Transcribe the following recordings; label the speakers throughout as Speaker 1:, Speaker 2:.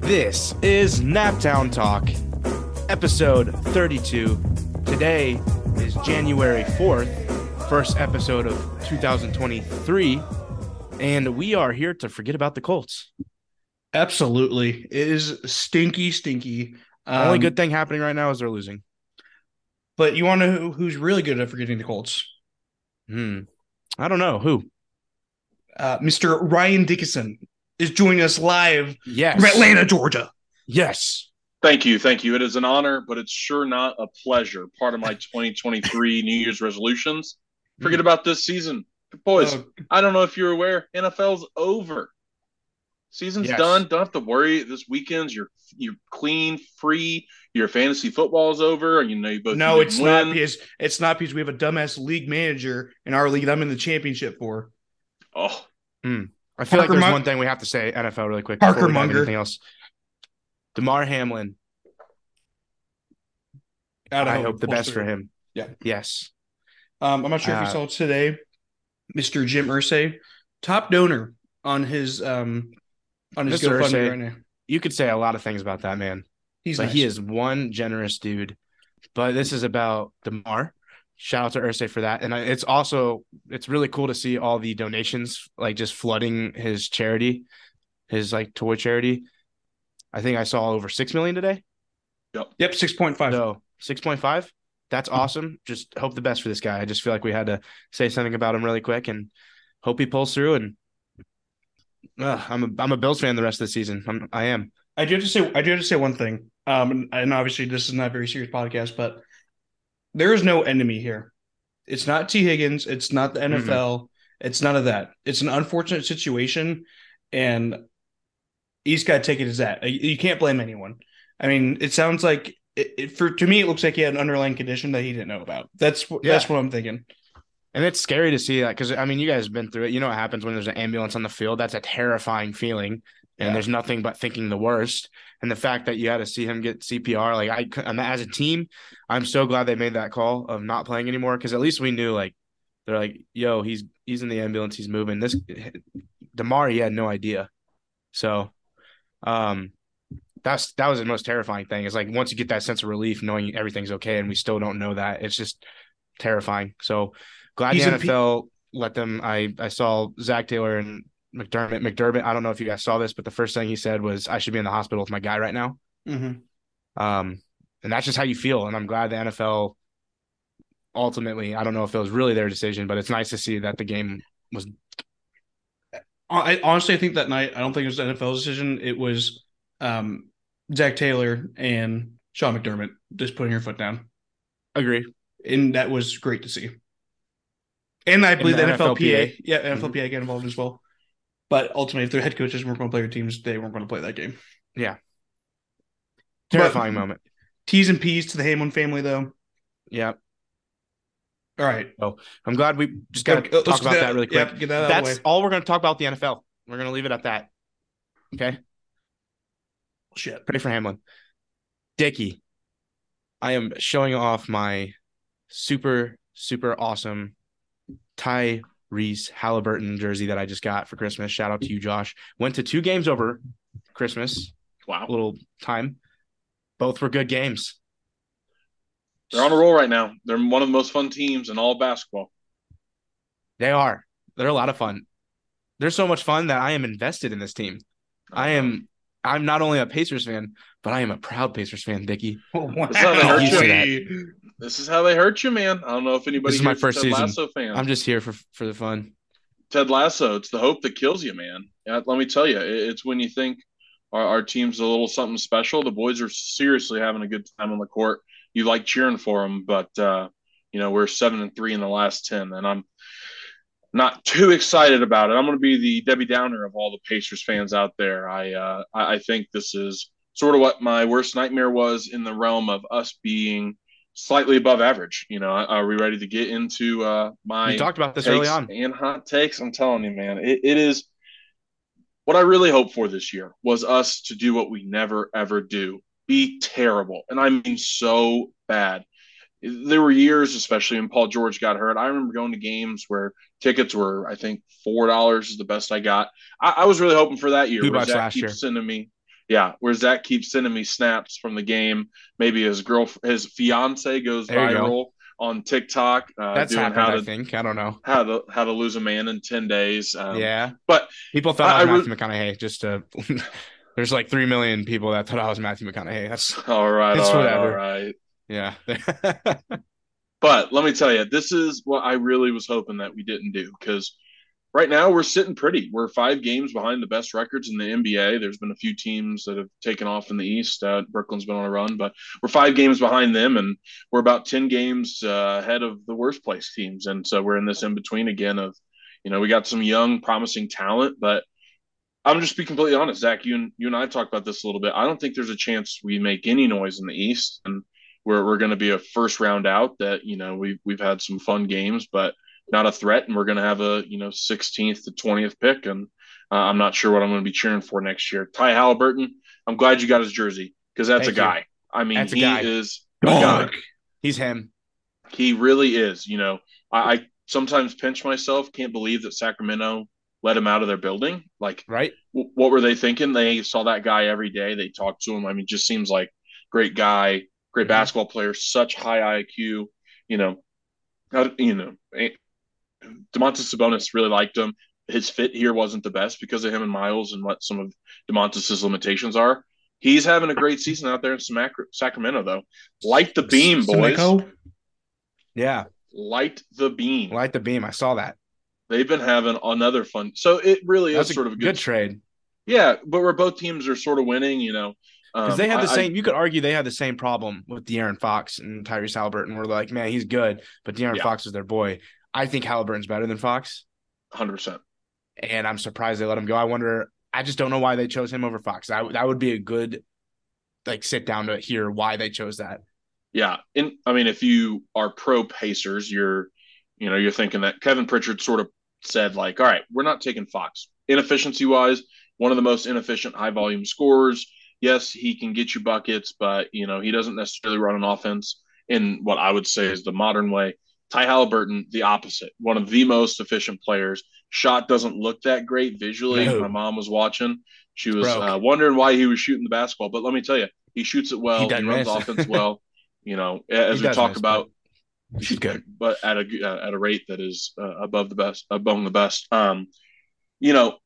Speaker 1: This is Naptown Talk, episode 32. Today is January 4th, first episode of 2023, and we are here to forget about the Colts.
Speaker 2: Absolutely. It is stinky, stinky.
Speaker 1: The only
Speaker 2: Um,
Speaker 1: good thing happening right now is they're losing.
Speaker 2: But you want to know who- who's really good at forgetting the Colts?
Speaker 1: Hmm. I don't know who.
Speaker 2: Uh, Mr. Ryan Dickinson is joining us live
Speaker 1: Yes.
Speaker 2: from Atlanta, Georgia.
Speaker 1: Yes.
Speaker 3: Thank you, thank you. It is an honor, but it's sure not a pleasure. Part of my 2023 New Year's resolutions. Forget
Speaker 1: Hmm.
Speaker 3: about this season, boys.
Speaker 1: Oh.
Speaker 2: Uh,
Speaker 3: I don't know if you're aware, NFL's over. Season's
Speaker 1: Yes.
Speaker 3: done. Don't have to worry. This weekend's you're you're clean, free. Your fantasy football's over. You know you both
Speaker 2: no,
Speaker 3: didn't
Speaker 2: it's
Speaker 3: win.
Speaker 2: not because it's not because we have a dumbass league manager in our league that I'm in the championship for.
Speaker 3: Oh,
Speaker 1: I feel like
Speaker 2: Parker
Speaker 1: there's
Speaker 2: Mun-
Speaker 1: one thing we have to say NFL really quick.
Speaker 2: Parker
Speaker 1: before we dive into
Speaker 2: Munger.
Speaker 1: Anything else? Demar Hamlin.
Speaker 2: God,
Speaker 1: I hope the
Speaker 2: pulls
Speaker 1: best for
Speaker 2: through.
Speaker 1: him.
Speaker 2: Yeah.
Speaker 1: Yes.
Speaker 2: Um, I'm not sure if
Speaker 1: Uh,
Speaker 2: you saw today, Mr. Jim Ursay, top donor on his um on his
Speaker 1: Mr.
Speaker 2: GoFundMe
Speaker 1: Irsay.
Speaker 2: right now.
Speaker 1: You could say a lot of things about that man.
Speaker 2: He's
Speaker 1: but
Speaker 2: nice.
Speaker 1: he is one generous dude. But this is about Demar. Shout out to Ursay for that, and I- it's also it's really cool to see all the donations like just flooding his charity, his like toy charity. I think I saw over six million today.
Speaker 2: Yep, six point five.
Speaker 1: So six point five. That's
Speaker 2: Hmm.
Speaker 1: awesome. Just hope the best for this guy. I just feel like we had to say something about him really quick, and hope he pulls through. And Ugh, I'm a I'm a Bills fan the rest of the season. I'm, I am.
Speaker 2: I do have to say I do have to say one thing. Um, and, and obviously this is not a very serious podcast, but there is no enemy here. It's not T. Higgins. It's not the NFL. It's none of that. It's an unfortunate situation, and he's got to take it as that. You- You can't blame anyone. I mean, it sounds like it, it, for to me, it looks like he had an underlying condition that he didn't know about. That's wh- that's what I'm thinking.
Speaker 1: And it's scary to see that because I mean, you guys have been through it. You know what happens when there's an ambulance on the field. That's a terrifying feeling, and
Speaker 2: Yeah.
Speaker 1: there's nothing but thinking the worst. And the fact that you had to see him get CPR, like I, cou- and as a team, I'm so glad they made that call of not playing anymore because at least we knew like they're like, yo, he's he's in the ambulance, he's moving. This Demar, he had no idea. So, um, that's that was the most terrifying thing. Is like once you get that sense of relief, knowing everything's okay, and we still don't know that, it's just terrifying. So glad
Speaker 2: He's
Speaker 1: the
Speaker 2: in P-
Speaker 1: NFL let them. I I saw Zach Taylor and McDermott. McDermott. I don't know if you guys saw this, but the first thing he said was, "I should be in the hospital with my guy right now."
Speaker 2: Mm-hmm.
Speaker 1: Um, and that's just how you feel. And I'm glad the NFL ultimately. I don't know if it was really their decision, but it's nice to see that the game.
Speaker 2: I I honestly think that night I don't think it was the NFL's decision. It was um, Zach Taylor and Sean McDermott just putting your foot down.
Speaker 1: Agree.
Speaker 2: and that was great to see. And I believe
Speaker 1: the
Speaker 2: the NFLPA,
Speaker 1: NFLPA.
Speaker 2: yeah,
Speaker 1: Mm-hmm.
Speaker 2: NFLPA got involved as well. But ultimately, if their head coaches weren't going to play their teams, they weren't going to play that game. But-
Speaker 1: Terrifying moment.
Speaker 2: T's and P's to the Hamlin family, though.
Speaker 1: Yeah.
Speaker 2: All right,
Speaker 1: I'm glad we just got to
Speaker 2: Okay, let's
Speaker 1: talk
Speaker 2: get
Speaker 1: about that really quick.
Speaker 2: Yep, get that out of the
Speaker 1: That's
Speaker 2: way.
Speaker 1: all we're going to talk about the NFL. We're going to leave it at that. Okay.
Speaker 2: Oh, Shit.
Speaker 1: Pray for Hamlin. Dickie, I am showing off my super, super awesome Tyrese Halliburton jersey that I just got for Christmas. Shout out to you, Josh. Went to two games over Christmas,
Speaker 3: wow.
Speaker 1: little time. Both were good games.
Speaker 3: They're on a roll right now. They're one of the most fun teams in all of basketball.
Speaker 1: They are. They're a lot of fun. They're so much fun that I am invested in this team. I am. I'm not only a Pacers fan, but I am a proud Pacers fan, Dickie.
Speaker 2: Oh, wow.
Speaker 3: That's how they hurt
Speaker 1: you.
Speaker 3: This is how they hurt you, man. I don't know if anybody
Speaker 1: This is my
Speaker 3: here's a
Speaker 1: first
Speaker 3: Ted
Speaker 1: season.
Speaker 3: Lasso fan.
Speaker 1: I'm just here for for the fun.
Speaker 3: Ted Lasso, it's the hope that kills you, man. Uh, Let me tell you, it- it's when you think our, our team's a little something special. The boys are seriously having a good time on the court. You like cheering for them, but uh, you know we're seven and three in the last ten, and I'm not too excited about it. I'm going to be the Debbie Downer of all the Pacers fans out there. I uh, I I think this is sort of what my worst nightmare was in the realm of us being slightly above average. You know, are we ready to get into uh, my
Speaker 1: We talked about this
Speaker 3: takes
Speaker 1: early on.
Speaker 3: and hot takes. I'm telling you, man, it, it is what I really hoped for this year was us to do what we never ever do: be terrible, and I mean so bad. There were years, especially when Paul George got hurt. I remember going to games where tickets were, I think, four dollars is the best I got. I, I was really hoping for that year.
Speaker 1: Two
Speaker 3: where
Speaker 1: bucks
Speaker 3: Zach
Speaker 1: last
Speaker 3: keeps
Speaker 1: year.
Speaker 3: Sending me, Yeah, where Zach keeps sending me snaps from the game. Maybe his girl, his fiance goes
Speaker 1: There you go.
Speaker 3: viral on TikTok. Uh,
Speaker 1: That's
Speaker 3: doing
Speaker 1: happened,
Speaker 3: how
Speaker 1: I
Speaker 3: to
Speaker 1: think. I don't know.
Speaker 3: how to how to lose a man in ten days. Um,
Speaker 1: yeah.
Speaker 3: but
Speaker 1: People thought I,
Speaker 3: I-
Speaker 1: was
Speaker 3: I
Speaker 1: Matthew McConaughey. Just uh, there's like three million people that thought I was Matthew McConaughey. That's
Speaker 3: all right,
Speaker 1: It's
Speaker 3: all right, all
Speaker 1: whatever.
Speaker 3: right.
Speaker 1: yeah.
Speaker 3: But let me tell you, this is what I really was hoping that we didn't do because right now we're sitting pretty. We're five games behind the best records in the NBA. There's been a few teams that have taken off in the East. Uh, Brooklyn's been on a run, but we're five games behind them, and we're about ten games uh, ahead of the worst place teams. And so we're in this in between again of, you know, we got some young, promising talent, but I'm just be completely honest, Zach. You and you and I talked about this a little bit. I don't think there's a chance we make any noise in the East, and we're we're going to be a first round out. That you know we've we've had some fun games, but not a threat, and we're going to have a you know 16th to 20th pick, and uh, I'm not sure what I'm going to be cheering for next year. Ty Halliburton, I'm glad you got his jersey because that's
Speaker 1: Thank
Speaker 3: a
Speaker 1: you.
Speaker 3: guy. I mean,
Speaker 1: That's a
Speaker 3: he
Speaker 1: guy.
Speaker 3: is a guy.
Speaker 2: Dog.
Speaker 1: He's him.
Speaker 3: He really is. You know, I, I sometimes pinch myself. Can't believe that Sacramento let him out of their building. Like
Speaker 1: Right.
Speaker 3: w- what were they thinking? They saw that guy every day. They talked to him. I mean, just seems like great guy, great
Speaker 1: Mhm.
Speaker 3: basketball player, such high IQ. You know, how, you know, eh, Demontis Sabonis really liked him. His fit here wasn't the best because of him and Miles and what some of Demontis's limitations are. He's having a great season out there in Samac- Sacramento, though. Light the beam, boys.
Speaker 2: Simico?
Speaker 1: Yeah.
Speaker 3: Light the beam.
Speaker 1: Light the beam. I saw that.
Speaker 3: They've been having another fun. So it really
Speaker 1: That's
Speaker 3: is sort of a good.
Speaker 1: good trade
Speaker 3: yeah, but where both teams are sort of winning, you know.
Speaker 1: because
Speaker 3: Um,
Speaker 1: they had
Speaker 3: I-
Speaker 1: the
Speaker 3: I-
Speaker 1: same. you could argue they had the same problem with De'Aaron Fox and Tyrese Halliburton. We're like, man, he's good, but De'Aaron
Speaker 3: Yeah.
Speaker 1: Fox is their boy. I think Halliburton's better than Fox,
Speaker 3: hundred percent.
Speaker 1: and I'm surprised they let him go. I wonder. I just don't know why they chose him over Fox. That that would be a good like sit down to hear why they chose that.
Speaker 3: Yeah, and I mean, if you are pro Pacers, you're, you know, you're thinking that Kevin Pritchard sort of said like, all right, we're not taking Fox. Inefficiency wise, one of the most inefficient high volume scorers. Yes, he can get you buckets, but you know he doesn't necessarily run an offense in what I would say is the modern way. Ty Halliburton, the opposite, one of the most efficient players. Shot doesn't look that great visually.
Speaker 1: No.
Speaker 3: My mom was watching; she was
Speaker 1: Broke.
Speaker 3: uh, wondering why he was shooting the basketball. But let me tell you, he shoots it well. He,
Speaker 1: doesn't
Speaker 3: runs
Speaker 1: miss.
Speaker 3: offense well. You know, as
Speaker 1: He
Speaker 3: we
Speaker 1: does
Speaker 3: talk
Speaker 1: miss,
Speaker 3: about
Speaker 1: but He's good.
Speaker 3: but at a uh, at a rate that is uh, above the best, among the best. Um, you know,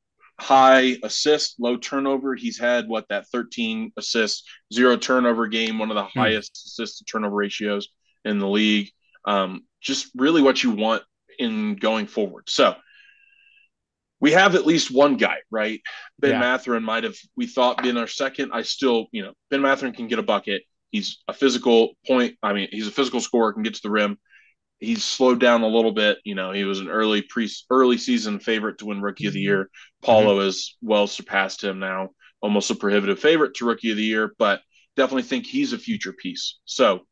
Speaker 3: high assist, low turnover. He's had what that 13 assists, zero turnover game, one of the highest assist to turnover ratios in the league. Um, just really what you want in going forward. So we have at least one guy, right? Ben
Speaker 1: Yeah.
Speaker 3: Matherin might have we thought been our second. I still, you know, Ben Matherin can get a bucket. He's a physical point. I mean, he's a physical scorer, can get to the rim. He's slowed down a little bit. You know, he was an early pre early season favorite to win Rookie of the Year. Paulo has well surpassed him now, almost a prohibitive favorite to Rookie of the Year, but definitely think he's a future piece. So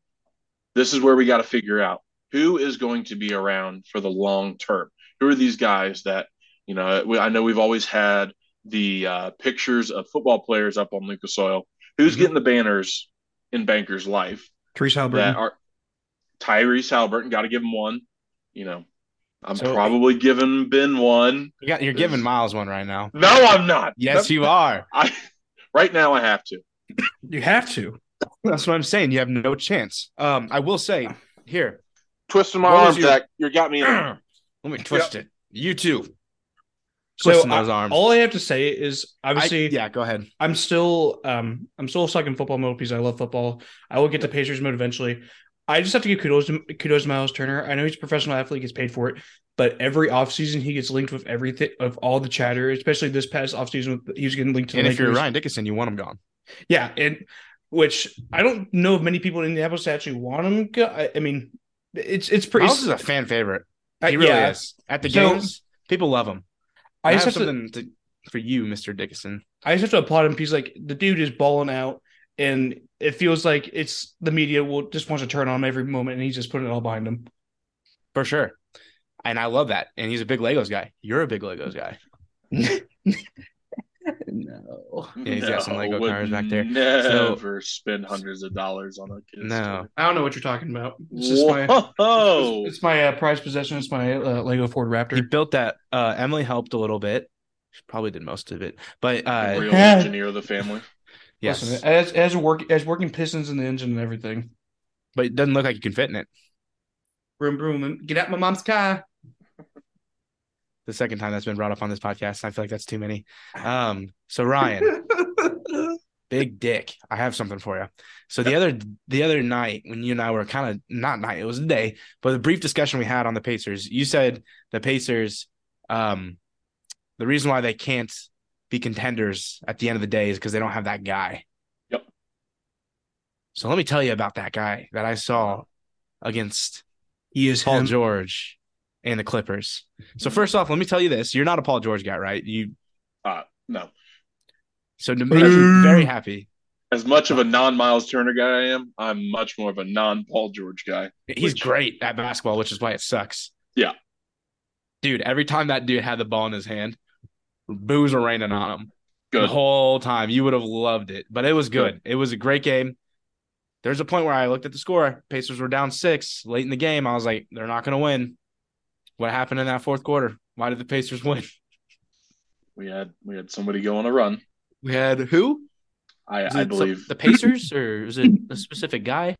Speaker 3: this is where we got to figure out who is going to be around for the long term. Who are these guys that you know? We, I know we've always had the uh, pictures of football players up on Lucas Oil. Who's
Speaker 1: Mhm.
Speaker 3: getting the banners in Banker's life?
Speaker 2: Therese Halliburton.
Speaker 3: that are Tyrese Halliburton. Got to give him one. You know, I'm
Speaker 1: So-
Speaker 3: probably giving Ben one.
Speaker 1: You got, you're giving Miles one right now.
Speaker 3: No, I'm not.
Speaker 1: Yes, you are.
Speaker 3: I right now I have to.
Speaker 2: you have to.
Speaker 1: That's what I'm saying. You have no chance. Um, I will say here.
Speaker 3: Twisting
Speaker 1: my What was arm, your-
Speaker 3: Zach. You got me.
Speaker 1: Let me twist it. You too.
Speaker 2: So
Speaker 1: Twisting those
Speaker 2: I-
Speaker 1: arms.
Speaker 2: all I have to say is
Speaker 1: I-
Speaker 2: obviously
Speaker 1: yeah, go ahead.
Speaker 2: I'm still um I'm still stuck in football mode because I love football. I will get to Pacers mode eventually. I just have to give kudos to kudos to Miles Turner. I know he's a professional athlete, gets paid for it, but every offseason he gets linked with everything of all the chatter, especially this past offseason with he was getting linked to the
Speaker 1: And if you're
Speaker 2: Lakers.
Speaker 1: Ryan Dickinson, you want him gone.
Speaker 2: Yeah, and which I don't know of many people in Indianapolis that actually want him. Go- I, I mean, it's it's pretty.
Speaker 1: Miles is a fan favorite.
Speaker 2: I-
Speaker 1: He really
Speaker 2: yeah.
Speaker 1: is. At the
Speaker 2: So-
Speaker 1: games, people love him.
Speaker 2: I
Speaker 1: I,
Speaker 2: just
Speaker 1: have
Speaker 2: have to-
Speaker 1: something to, for you, Mr. Dickinson.
Speaker 2: I just have to applaud him. because like the dude is balling out, and it feels like it's the media will just wants to turn on him every moment, and he's just putting it all behind him.
Speaker 1: For sure. And I love that. And he's a big Legos guy. You're a big Legos guy.
Speaker 2: No.
Speaker 1: Yeah, he's got some Lego cars back there. So-
Speaker 3: Never spend hundreds of dollars on a kid's
Speaker 1: No.
Speaker 3: toy.
Speaker 2: I don't know what you're talking about. It's just my it's-
Speaker 3: Whoa!
Speaker 2: it's, my uh, prized possession. It's my uh, Lego Ford
Speaker 1: He
Speaker 2: Raptor.
Speaker 1: built that. Uh, Emily helped a little bit. She probably did most of it. But
Speaker 3: The
Speaker 1: uh,
Speaker 3: real engineer of the family.
Speaker 1: Yes,
Speaker 2: Listen, as as work as working pistons in the engine and everything.
Speaker 1: but it doesn't look like you can fit in it
Speaker 2: Broom broom. Get out my mom's car.
Speaker 1: the second time that's been brought up on this podcast. I feel like that's too many. Um, so Ryan, big dick, I have something for you. So the other the other night when you and I were kind of not night, it was a day, but the brief discussion we had on the Pacers, you said the Pacers, um, the reason why they can't be contenders at the end of the day is because they don't have that guy.
Speaker 3: Yep.
Speaker 1: So let me tell you about that guy that I saw against E
Speaker 2: He is
Speaker 1: Paul
Speaker 2: him.
Speaker 1: George and the Clippers. So first off, let me tell you this: you're not a Paul George guy, right? You
Speaker 3: Uh, no.
Speaker 1: so to make you very happy.
Speaker 3: As much of a non Miles Turner guy I am, I'm much more of a non Paul George guy.
Speaker 1: He's
Speaker 3: Which-
Speaker 1: great at basketball, which is why it sucks.
Speaker 3: Yeah.
Speaker 1: dude. Every time that dude had the ball in his hand, boos were raining on him the
Speaker 3: Good.
Speaker 1: whole time. You would have loved it, but it was good. It was a great game. There's a point where I looked at the score. Pacers were down six late in the game. I was like, they're not going to win. What happened in that fourth quarter? Why did the Pacers win?
Speaker 3: We had we had somebody go on a run.
Speaker 1: We had who?
Speaker 3: I,
Speaker 1: Is
Speaker 3: I
Speaker 1: it some-
Speaker 3: believe
Speaker 1: the Pacers, or is it a specific guy?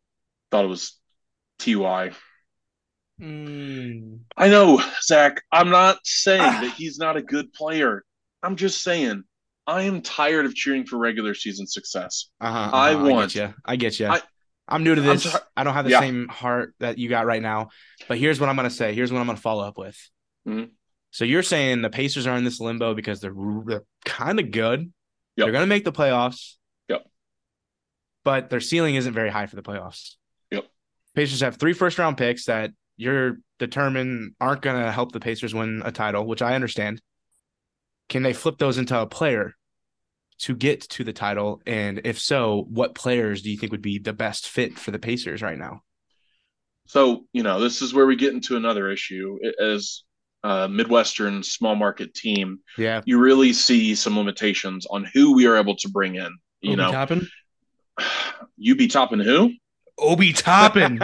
Speaker 3: thought it was Ty.
Speaker 1: Hmm.
Speaker 2: Mm.
Speaker 3: I know, Zach. I'm not saying that he's not a good player. I'm just saying I am tired of cheering for regular season success.
Speaker 1: Uh-huh,
Speaker 3: I
Speaker 1: uh-huh,
Speaker 3: want-
Speaker 1: I get you. I get you.
Speaker 3: I-
Speaker 1: I'm new to
Speaker 3: I'm
Speaker 1: this.
Speaker 3: sorry.
Speaker 1: I don't have the
Speaker 3: Yeah.
Speaker 1: same heart that you got right now. But here's what I'm gonna say. Here's what I'm gonna follow up with.
Speaker 3: Mhm.
Speaker 1: So you're saying the Pacers are in this limbo because they're, they're kind of good.
Speaker 3: Yep.
Speaker 1: They're gonna make the playoffs.
Speaker 3: Yep.
Speaker 1: But their ceiling isn't very high for the playoffs.
Speaker 3: Yep.
Speaker 1: Pacers have three first round picks that you're determined aren't gonna help the Pacers win a title, which I understand. Can they flip those into a player? to get to the title? And if so, what players do you think would be the best fit for the Pacers right now?
Speaker 3: So, you know, this is where we get into another issue. As a Midwestern small market team,
Speaker 1: Yeah.
Speaker 3: you really see some limitations on who we are able to bring in. You
Speaker 2: Obi
Speaker 3: know,
Speaker 2: Toppin.
Speaker 3: you be topping who?
Speaker 2: Obi Toppin.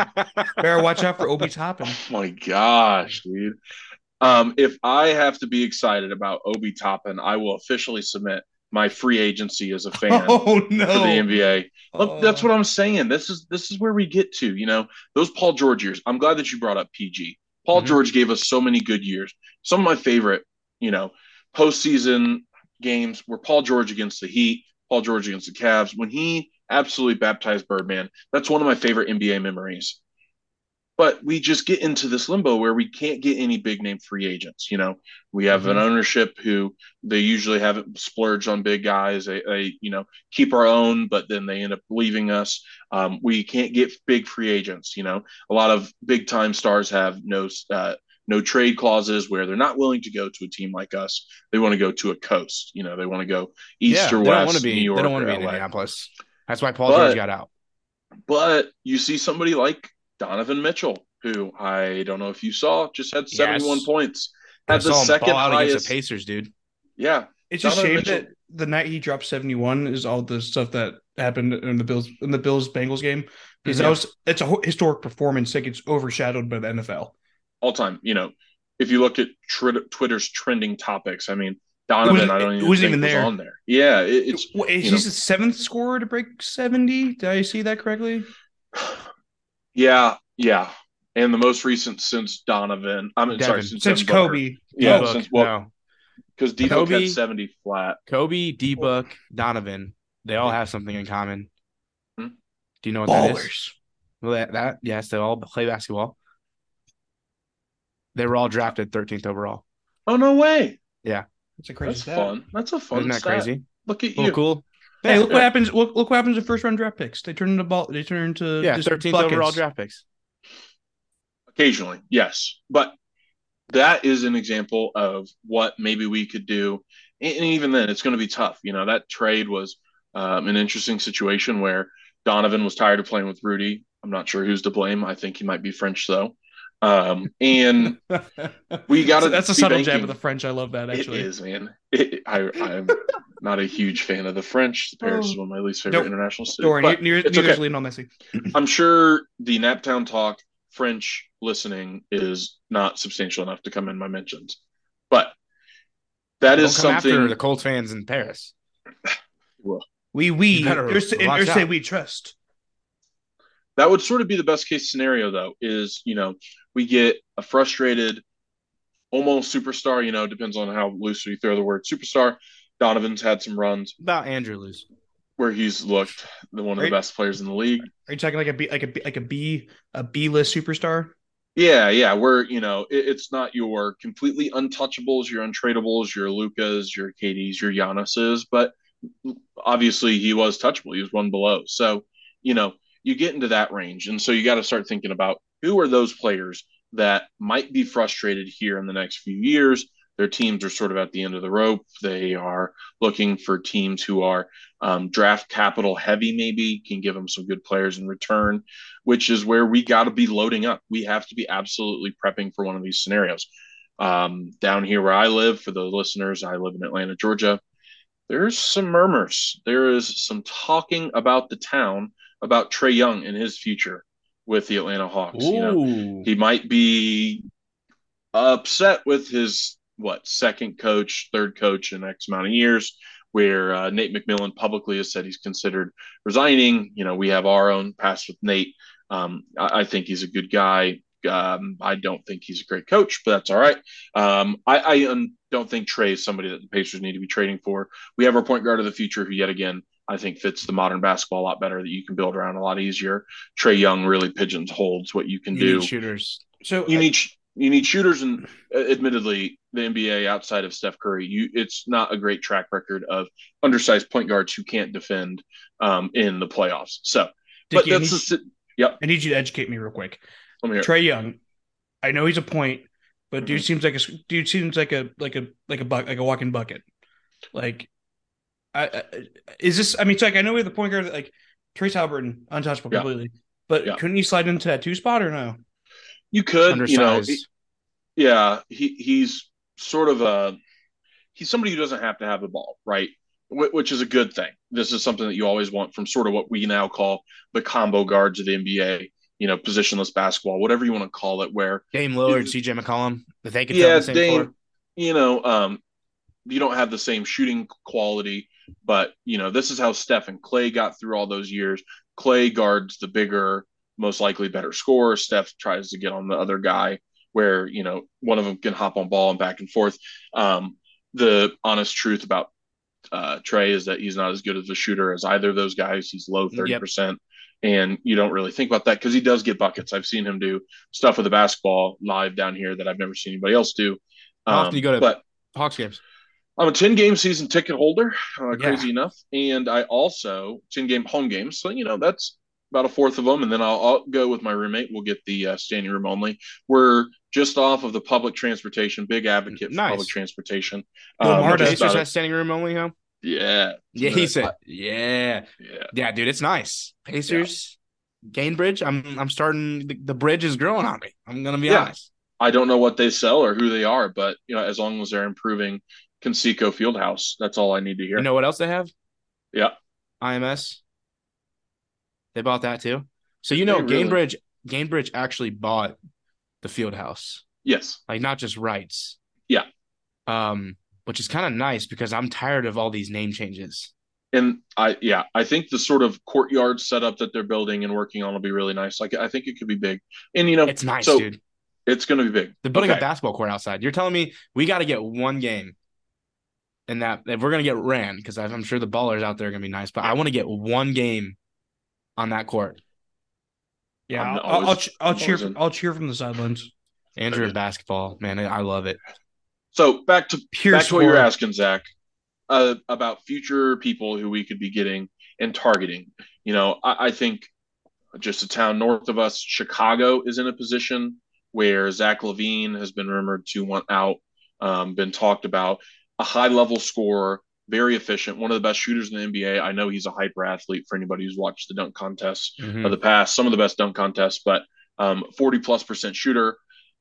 Speaker 2: Better watch out for Obi Toppin.
Speaker 3: Oh my gosh, dude. Um, if I have to be excited about Obi Toppin, I will officially submit my free agency as a fan
Speaker 2: Oh
Speaker 3: for the
Speaker 2: no.
Speaker 3: NBA. Look, that's
Speaker 2: Oh.
Speaker 3: what I'm saying. This is this is where we get to, you know, those Paul George years. I'm glad that you brought up PG. Paul
Speaker 2: Mm-hmm.
Speaker 1: Mhm.
Speaker 3: George gave us so many good years. Some of my favorite, you know, postseason games were Paul George against the Heat, Paul George against the Cavs. When he absolutely baptized Birdman, that's one of my favorite NBA memories. But we just get into this limbo where we can't get any big name free agents. You know, we have
Speaker 1: Mm-hmm.
Speaker 3: an ownership who they usually have splurged on big guys. They, they, you know, keep our own, but then they end up leaving us. Um, we can't get big free agents. You know, a lot of big time stars have no uh, no trade clauses where they're not willing to go to a team like us. They want to go to a coast. You know, they want to go east or
Speaker 1: they don't
Speaker 3: west.
Speaker 1: want to be.
Speaker 3: New York
Speaker 1: they don't want
Speaker 3: or
Speaker 1: to be in
Speaker 3: LA.
Speaker 1: Indianapolis. That's why Paul
Speaker 3: But-
Speaker 1: George got out.
Speaker 3: But you see somebody like Donovan Mitchell, who I don't know if you saw, just had seventy one
Speaker 1: Yes.
Speaker 3: points.
Speaker 1: I
Speaker 3: Had the
Speaker 1: saw him
Speaker 3: second
Speaker 1: ball out against
Speaker 3: highest.
Speaker 1: the Pacers, dude.
Speaker 3: Yeah,
Speaker 2: It's just
Speaker 3: Donovan
Speaker 2: shame
Speaker 3: Mitchell-
Speaker 2: that the night he dropped 71 is all the stuff that happened in the Bills in the Bills Bengals game. Because that
Speaker 3: Mm-hmm.
Speaker 1: Yeah.
Speaker 2: was it's a ho- historic performance that gets overshadowed by the NFL.
Speaker 3: all time. You know, if you look at tr- Twitter's trending topics, I mean,
Speaker 2: It
Speaker 3: Donovan,
Speaker 2: wasn't-
Speaker 3: I don't
Speaker 2: it
Speaker 3: even
Speaker 2: wasn't
Speaker 3: think
Speaker 2: even
Speaker 3: was
Speaker 2: there.
Speaker 3: on there. Yeah, it, it's
Speaker 2: Wait,
Speaker 3: you
Speaker 2: he's the seventh scorer to break 70. Did I see that correctly?
Speaker 3: yeah, yeah. And the most recent since Donovan, I mean, sorry,
Speaker 1: Devin.
Speaker 3: since,
Speaker 2: Since
Speaker 3: Devin Booker.
Speaker 2: Kobe. Oh,
Speaker 3: Yeah,
Speaker 1: D-Book,
Speaker 3: since well,
Speaker 1: no.
Speaker 3: because D Book
Speaker 1: Kobe-
Speaker 3: had seventy flat.
Speaker 1: Kobe, D Book, Donovan, they all have something in common.
Speaker 3: Hmm?
Speaker 1: Do you know what that is?
Speaker 2: Ballers.
Speaker 1: Well, that, that yes, they all play basketball. They were all drafted 13th overall.
Speaker 3: Oh no way!
Speaker 2: That's a crazy
Speaker 3: That's
Speaker 2: stat.
Speaker 3: fun. That's a fun.
Speaker 1: Isn't that
Speaker 3: stat.
Speaker 1: crazy?
Speaker 3: Look at
Speaker 1: A little
Speaker 3: you.
Speaker 1: cool.
Speaker 2: Hey, look what
Speaker 3: Yeah.
Speaker 2: happens. Look, look what happens to first round draft picks. They turn into ball. They turn into
Speaker 1: Yeah,
Speaker 2: just
Speaker 1: 13th
Speaker 2: buckets.
Speaker 1: overall draft picks.
Speaker 3: Occasionally, yes, but that is an example of what maybe we could do. And and even then, it's going to be tough. You know, that trade was um, an interesting situation where Donovan was tired of playing with Rudy. I'm not sure who's to blame. I think he might be French though. Um, and We gotta
Speaker 2: That's a
Speaker 3: be
Speaker 2: subtle jab
Speaker 3: banking.
Speaker 2: of the French. I love that actually.
Speaker 3: it is, man. It, I, I'm not a huge fan of the French. Paris is one of my least favorite
Speaker 2: Don't-
Speaker 3: international cities.
Speaker 2: Don't worry,
Speaker 3: but-
Speaker 2: neither,
Speaker 3: it's
Speaker 2: neither's
Speaker 3: okay.
Speaker 2: Lionel Messi.
Speaker 3: I'm sure the Naptown talk French listening is not substantial enough to come in my mentions, but that
Speaker 1: Don't
Speaker 3: is
Speaker 1: come after
Speaker 3: something.
Speaker 1: the Colts fans in Paris.
Speaker 2: We we
Speaker 1: You better
Speaker 2: there's
Speaker 1: watch
Speaker 2: there's say
Speaker 1: out.
Speaker 2: we trust.
Speaker 3: that would sort of be the best case scenario though is you know we get a frustrated almost superstar you know depends on how loosely you throw the word superstar donovan's had some runs
Speaker 1: About Andrew Luce.
Speaker 3: where he's looked the one of
Speaker 2: Right.
Speaker 3: the best players in the league
Speaker 2: Are you talking like a B like a B like a B a B list superstar?
Speaker 3: yeah yeah we're you know it, it's not your completely untouchables your untradables your lucas your katie's your Giannis's, but obviously he was touchable he was one below so you know you get into that range and so you got to start thinking about who are those players that might be frustrated here in the next few years their teams are sort of at the end of the rope they are looking for teams who are um, draft capital heavy maybe can give them some good players in return which is where we got to be loading up we have to be absolutely prepping for one of these scenarios um, down here where i live for the listeners i live in atlanta georgia there's some murmurs there is some talking about the town about trey young and his future with the atlanta hawks you know
Speaker 1: Ooh.
Speaker 3: he might be upset with his what second coach, third coach in X amount of years, where uh, Nate McMillan publicly has said he's considered resigning. You know, we have our own past with Nate. Um, I, I think he's a good guy. Um, I don't think he's a great coach, but that's all right. Um, I, I um, don't think Trey is somebody that the Pacers need to be trading for. We have our point guard of the future, who yet again I think fits the modern basketball a lot better. That you can build around a lot easier. Trey Young really pigeonholes what you can
Speaker 1: You
Speaker 3: do
Speaker 1: need shooters.
Speaker 2: So
Speaker 3: you
Speaker 2: I-
Speaker 3: need sh- you need shooters, and uh, admittedly, the NBA outside of Steph Curry, you it's not a great track record of undersized point guards who can't defend um, in the playoffs. So, but
Speaker 2: Dickie, I,
Speaker 3: that's
Speaker 2: need,
Speaker 3: the si-
Speaker 2: I need you to educate me real quick.
Speaker 3: let me hear. it.
Speaker 2: Trey Young, I know he's a point, but dude
Speaker 3: Mhm.
Speaker 2: seems like a s- dude seems like a like a like a buck like a walking bucket. Like, I, I is this? I mean, it's like I know we have the point guard that like Trace Halliburton, untouchable
Speaker 3: Yeah.
Speaker 2: completely, but
Speaker 3: Yeah.
Speaker 2: couldn't you slide into that two spot or no?
Speaker 3: You could, you know,
Speaker 1: Undersized.
Speaker 3: it- yeah, he he's sort of a he's somebody who doesn't have to have the ball, right? Wh- Which is a good thing. This is something that you always want from sort of what we now call the combo guards of the NBA. You know, positionless basketball, whatever you want to call it, where
Speaker 1: Dame Lillard, CJ McCollum. If they could yeah,
Speaker 3: yeah,
Speaker 1: the same floor.
Speaker 3: Dame, you know, um, you don't have the same shooting quality, but you know, this is how Steph and Clay got through all those years. Clay guards the bigger, most likely better scorer. Steph tries to get on the other guy where, you know, one of them can hop on ball and back and forth. Um, the honest truth about uh, Trey is that he's not as good of a shooter as either of those guys. He's low
Speaker 1: Mm, Yep.
Speaker 3: 30%. And you don't really think about that because he does get buckets. I've seen him do stuff with the basketball live down here that I've never seen anybody else do. Um,
Speaker 1: How often you go to-
Speaker 3: but
Speaker 1: Hawks games.
Speaker 3: I'm a 10 game season ticket holder, uh,
Speaker 1: Yeah.
Speaker 3: crazy enough. And I also 10 game home games. So, you know, that's about a fourth of them. And then I'll, I'll go with my roommate. We'll get the uh, standing room only. We're just off of the public transportation, big advocate for
Speaker 1: Nice.
Speaker 3: public transportation.
Speaker 2: Bill
Speaker 3: Um,
Speaker 2: Maher
Speaker 3: just
Speaker 1: Pacers
Speaker 2: does.
Speaker 3: about
Speaker 1: have standing room only, huh?
Speaker 3: it. yeah.
Speaker 1: Yeah, he said. Yeah.
Speaker 3: Yeah.
Speaker 1: Yeah, dude, it's nice. Pacers, Gainbridge. I'm I'm starting the, the bridge is growing on me. I'm gonna be
Speaker 3: Yeah.
Speaker 1: honest.
Speaker 3: I don't know what they sell or who they are, but, you know, as long as they're improving Conseco Fieldhouse, that's all I need to hear.
Speaker 1: You know what else they have?
Speaker 3: Yeah.
Speaker 1: IMS. They bought that too. So you know
Speaker 3: They really-
Speaker 1: Gainbridge Gainbridge actually bought the field house.
Speaker 3: yes.
Speaker 1: Like not just rights.
Speaker 3: Yeah.
Speaker 1: Um, which is kind of nice because I'm tired of all these name changes.
Speaker 3: And I, yeah, I think the sort of courtyard setup that they're building and working on will be really nice. Like, I think it could be big. And, you know, it's,
Speaker 1: It's nice,
Speaker 3: So-
Speaker 1: dude.
Speaker 3: going to be big.
Speaker 1: They're putting a
Speaker 3: Okay.
Speaker 1: basketball court outside. You're telling me we got to get one game, and that if we're gonna get ran because I'm sure the ballers out there are gonna be nice, but I want to get one game on that court.
Speaker 2: Yeah,
Speaker 3: I'm
Speaker 2: I'll,
Speaker 3: always-
Speaker 2: I'll, I'll, che- I'll
Speaker 3: I'm
Speaker 2: cheer.
Speaker 3: always in.
Speaker 2: From, I'll cheer from the sidelines.
Speaker 1: Andrew
Speaker 3: Okay.
Speaker 1: basketball, man, I love it.
Speaker 3: So back to
Speaker 2: Pure
Speaker 3: back to what you're
Speaker 2: scorer.
Speaker 3: asking, Zach, uh, about future people who we could be getting and targeting. You know, I, I think just a town north of us, Chicago is in a position where Zach Levine has been rumored to want out, um, been talked about, a high level scorer, very efficient, one of the best shooters in the NBA. I know he's a hyper athlete for anybody who's watched the dunk contest of the
Speaker 1: Mm-hmm.
Speaker 3: past, some of the best dunk contests, but um, 40 plus percent shooter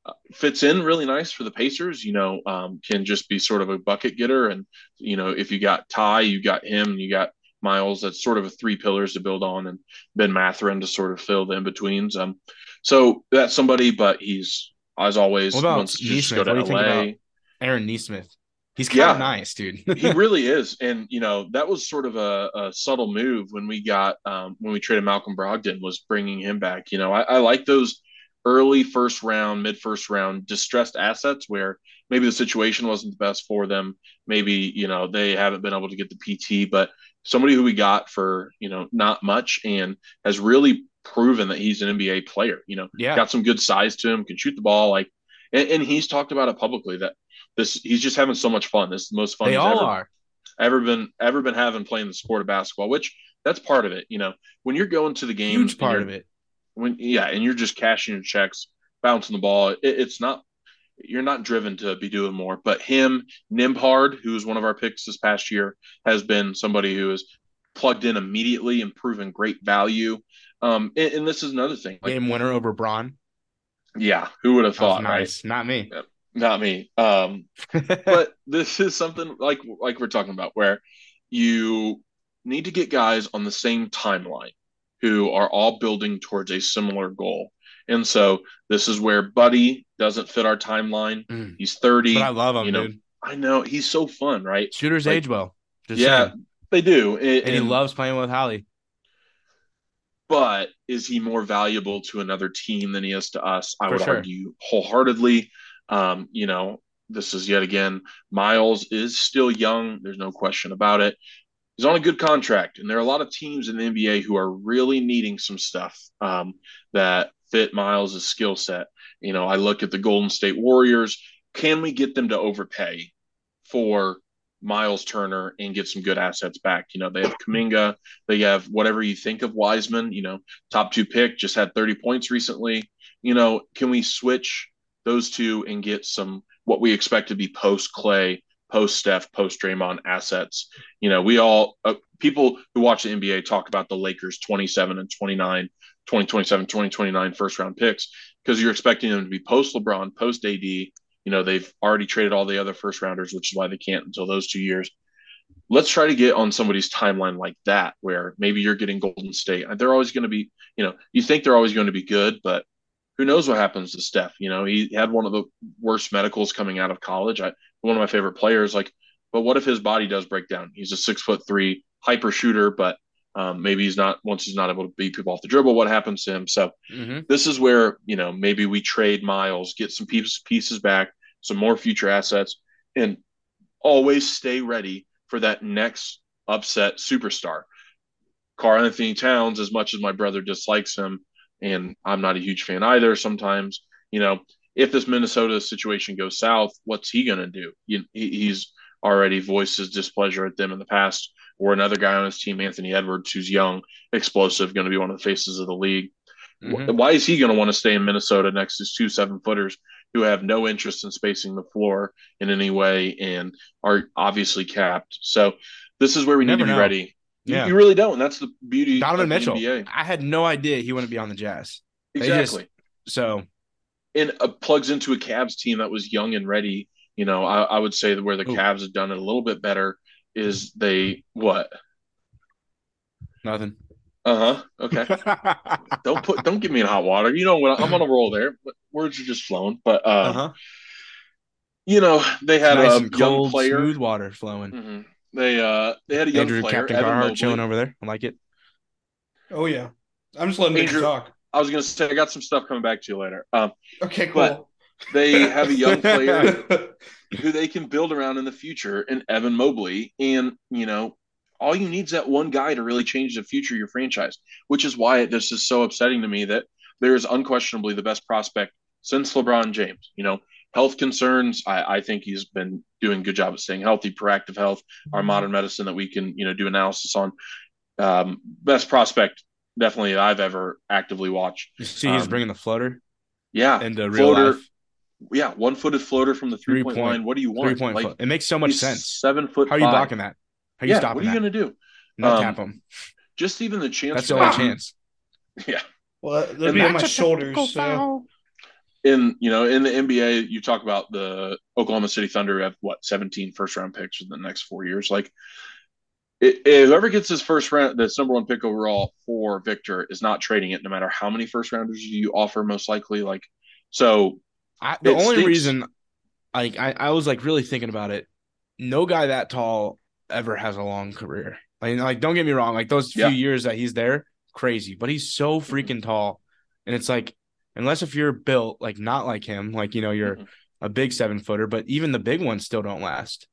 Speaker 3: uh, fits in really nice for the Pacers. You know, um, can just be sort of a bucket getter. And, you know, if you got Ty, you got him, you got Miles, that's sort of a three pillars to build on, and Ben Matherin to sort of fill the in betweens. Um, so that's somebody, but he's, as always,
Speaker 1: What about
Speaker 3: wants to just
Speaker 1: Neesmith?
Speaker 3: go
Speaker 1: What do
Speaker 3: to
Speaker 1: you think
Speaker 3: LA.
Speaker 1: about- Aaron Neesmith, He's kind of
Speaker 3: Yeah.
Speaker 1: nice, dude.
Speaker 3: he really is, and you know that was sort of a, a subtle move when we got um, when we traded Malcolm Brogdon was bringing him back. You know, I, I like those early first round, mid first round distressed assets where maybe the situation wasn't the best for them. Maybe you know they haven't been able to get the PT, but somebody who we got for you know not much and has really proven that he's an NBA player. You know,
Speaker 1: yeah.
Speaker 3: got some good size to him, can shoot the ball. Like, and, and he's talked about it publicly that this he's just having so much fun. This is the most fun
Speaker 1: They
Speaker 3: he's
Speaker 1: all
Speaker 3: ever,
Speaker 1: are.
Speaker 3: ever been ever been having playing the sport of basketball. Which that's part of it. You know, when you're going to the game,
Speaker 1: Huge part of it.
Speaker 3: When yeah, and you're just cashing your checks, bouncing the ball. It, it's not you're not driven to be doing more. But him, Nimhard, who was one of our picks this past year, has been somebody who is plugged in immediately and proven great value. Um, and, and this is another thing. Like,
Speaker 1: Game winner over Braun.
Speaker 3: yeah, who would have
Speaker 1: That was
Speaker 3: thought? right?
Speaker 1: nice. Not me.
Speaker 3: not me um but this is something like like we're talking about where you need to get guys on the same timeline who are all building towards a similar goal and so this is where buddy doesn't fit our timeline
Speaker 1: Mm.
Speaker 3: he's 30
Speaker 1: But I
Speaker 3: I,
Speaker 1: love him,
Speaker 3: you know,
Speaker 1: dude.
Speaker 3: know he's so fun right
Speaker 1: Shooters
Speaker 3: like-
Speaker 1: age well. Just
Speaker 3: yeah
Speaker 1: saying.
Speaker 3: they do and,
Speaker 1: And he loves playing with Holly.
Speaker 3: but is he more valuable to another team than he is to us? I
Speaker 1: For
Speaker 3: would
Speaker 1: sure.
Speaker 3: argue wholeheartedly. Um, you know, this is yet again, Miles is still young. There's no question about it. He's on a good contract, and there are a lot of teams in the NBA who are really needing some stuff um, that fit Miles' skill set. You know, I look at the Golden State Warriors. Can we get them to overpay for Miles Turner and get some good assets back? You know, they have Kaminga, they have whatever you think of Wiseman, you know, top two pick, just had 30 points recently. You know, can we switch those two and get some what we expect to be post Clay, post Steph, post Draymond assets? You know, we all, uh, people who watch the NBA talk about the Lakers 27 and 29, 2027, 2029 first round picks because you're expecting them to be post LeBron, post AD. You know, they've already traded all the other first rounders, which is why they can't until those two years let's try to get on somebody's timeline like that where maybe you're getting golden state they're always going to be you know you think they're always going to be good but who knows what happens to steph you know he had one of the worst medicals coming out of college I, one of my favorite players like but what if his body does break down he's a six foot three hyper shooter but um, maybe he's not once he's not able to beat people off the dribble what happens to him so
Speaker 1: hmm
Speaker 3: this is where you know maybe we trade miles get some pieces pieces back some more future assets and always stay ready for that next upset superstar carl anthony towns as much as my brother dislikes him and i'm not a huge fan either sometimes you know if this minnesota situation goes south what's he going to do you, he- he's already voiced his displeasure at them in the past or another guy on his team anthony edwards who's young explosive going to be one of the faces of the league
Speaker 1: Mm-hmm.
Speaker 3: Wh- Why is he going to want to stay in Minnesota next to two seven footers who have no interest in spacing the floor in any way and are obviously capped? So this is where we
Speaker 1: You
Speaker 3: need to
Speaker 1: never
Speaker 3: be
Speaker 1: know.
Speaker 3: ready. You-
Speaker 1: Yeah.
Speaker 3: You, really don't. That's the beauty
Speaker 1: Donovan
Speaker 3: of the
Speaker 1: Mitchell.
Speaker 3: NBA.
Speaker 1: I had no idea he wouldn't be on the Jazz. They just-
Speaker 3: Exactly.
Speaker 1: So
Speaker 3: and uh, plugs into a Cavs team that was young and ready. You know, I, I would say that where the
Speaker 1: Ooh.
Speaker 3: Cavs have done it a little bit better is they what?
Speaker 1: nothing.
Speaker 3: Uh huh. Okay. uh,
Speaker 1: uh-huh.
Speaker 3: don't put. Don't get me in hot water. You know what? I'm on a roll there. Words are just flowing. But uh, you know, they had
Speaker 1: Uh-huh. nice
Speaker 3: a
Speaker 1: and
Speaker 3: young
Speaker 1: cold,
Speaker 3: player.
Speaker 1: smooth water flowing.
Speaker 3: Mhm. They uh they had a young
Speaker 1: Andrew
Speaker 3: player,
Speaker 1: Captain
Speaker 3: Evan
Speaker 1: Carhart
Speaker 3: Mobley.
Speaker 1: chilling over there. I like it.
Speaker 2: Oh yeah, I'm just letting Andrew
Speaker 3: Andrew-
Speaker 2: talk.
Speaker 3: I was gonna say I got some stuff coming back to you later. Um,
Speaker 2: Okay,
Speaker 3: But-
Speaker 2: cool.
Speaker 3: they have a young player
Speaker 2: But,
Speaker 3: who they can build around in the future, and Evan Mobley, and you know, all you need is that one guy to really change the future of your franchise, which is why this is so upsetting to me that there is unquestionably the best prospect since LeBron James. You know, health concerns. I, I think he's been doing a good job of staying healthy, proactive health,
Speaker 1: Mm-hmm.
Speaker 3: our modern medicine that we can you know do analysis on. Um, best prospect definitely that I've ever actively watched.
Speaker 1: You see, he's
Speaker 3: Um,
Speaker 1: bringing the floater
Speaker 3: Yeah,
Speaker 1: into real
Speaker 3: floater,
Speaker 1: life.
Speaker 3: yeah, one footed floater from the three point
Speaker 1: Three-point-
Speaker 3: line. What do you want?
Speaker 1: Three point.
Speaker 3: like
Speaker 1: float. It makes so much
Speaker 3: he's
Speaker 1: sense.
Speaker 3: Seven foot.
Speaker 1: How are you
Speaker 3: five.
Speaker 1: blocking that? How are you
Speaker 3: yeah,
Speaker 1: stopping
Speaker 3: what are you
Speaker 1: that?
Speaker 3: gonna do?
Speaker 1: No
Speaker 3: um,
Speaker 1: tap him.
Speaker 3: Just even the chance.
Speaker 1: That's
Speaker 3: for
Speaker 1: the only
Speaker 3: that-
Speaker 1: chance.
Speaker 3: Yeah,
Speaker 2: well, that'd
Speaker 3: And
Speaker 2: be on
Speaker 3: that's
Speaker 2: my shoulders. So.
Speaker 3: in you know in the NBA, you talk about the Oklahoma City Thunder have what 17 first round picks for the next four years. Like i- i- whoever gets this first round, this number one pick overall for Victor is not trading it, no matter how many first rounders you offer. Most likely, like so.
Speaker 1: I, the
Speaker 3: It
Speaker 1: only
Speaker 3: stinks.
Speaker 1: reason, like, I, I was like really thinking about it no guy that tall ever has a long career. Like, like don't get me wrong, like those few
Speaker 3: Yeah. Mm-hmm.
Speaker 1: years that he's there, crazy. But he's so freaking tall, and it's like unless if you're built like not like him, like you know you're
Speaker 3: Mhm.
Speaker 1: a big seven footer, but even the big ones still don't last.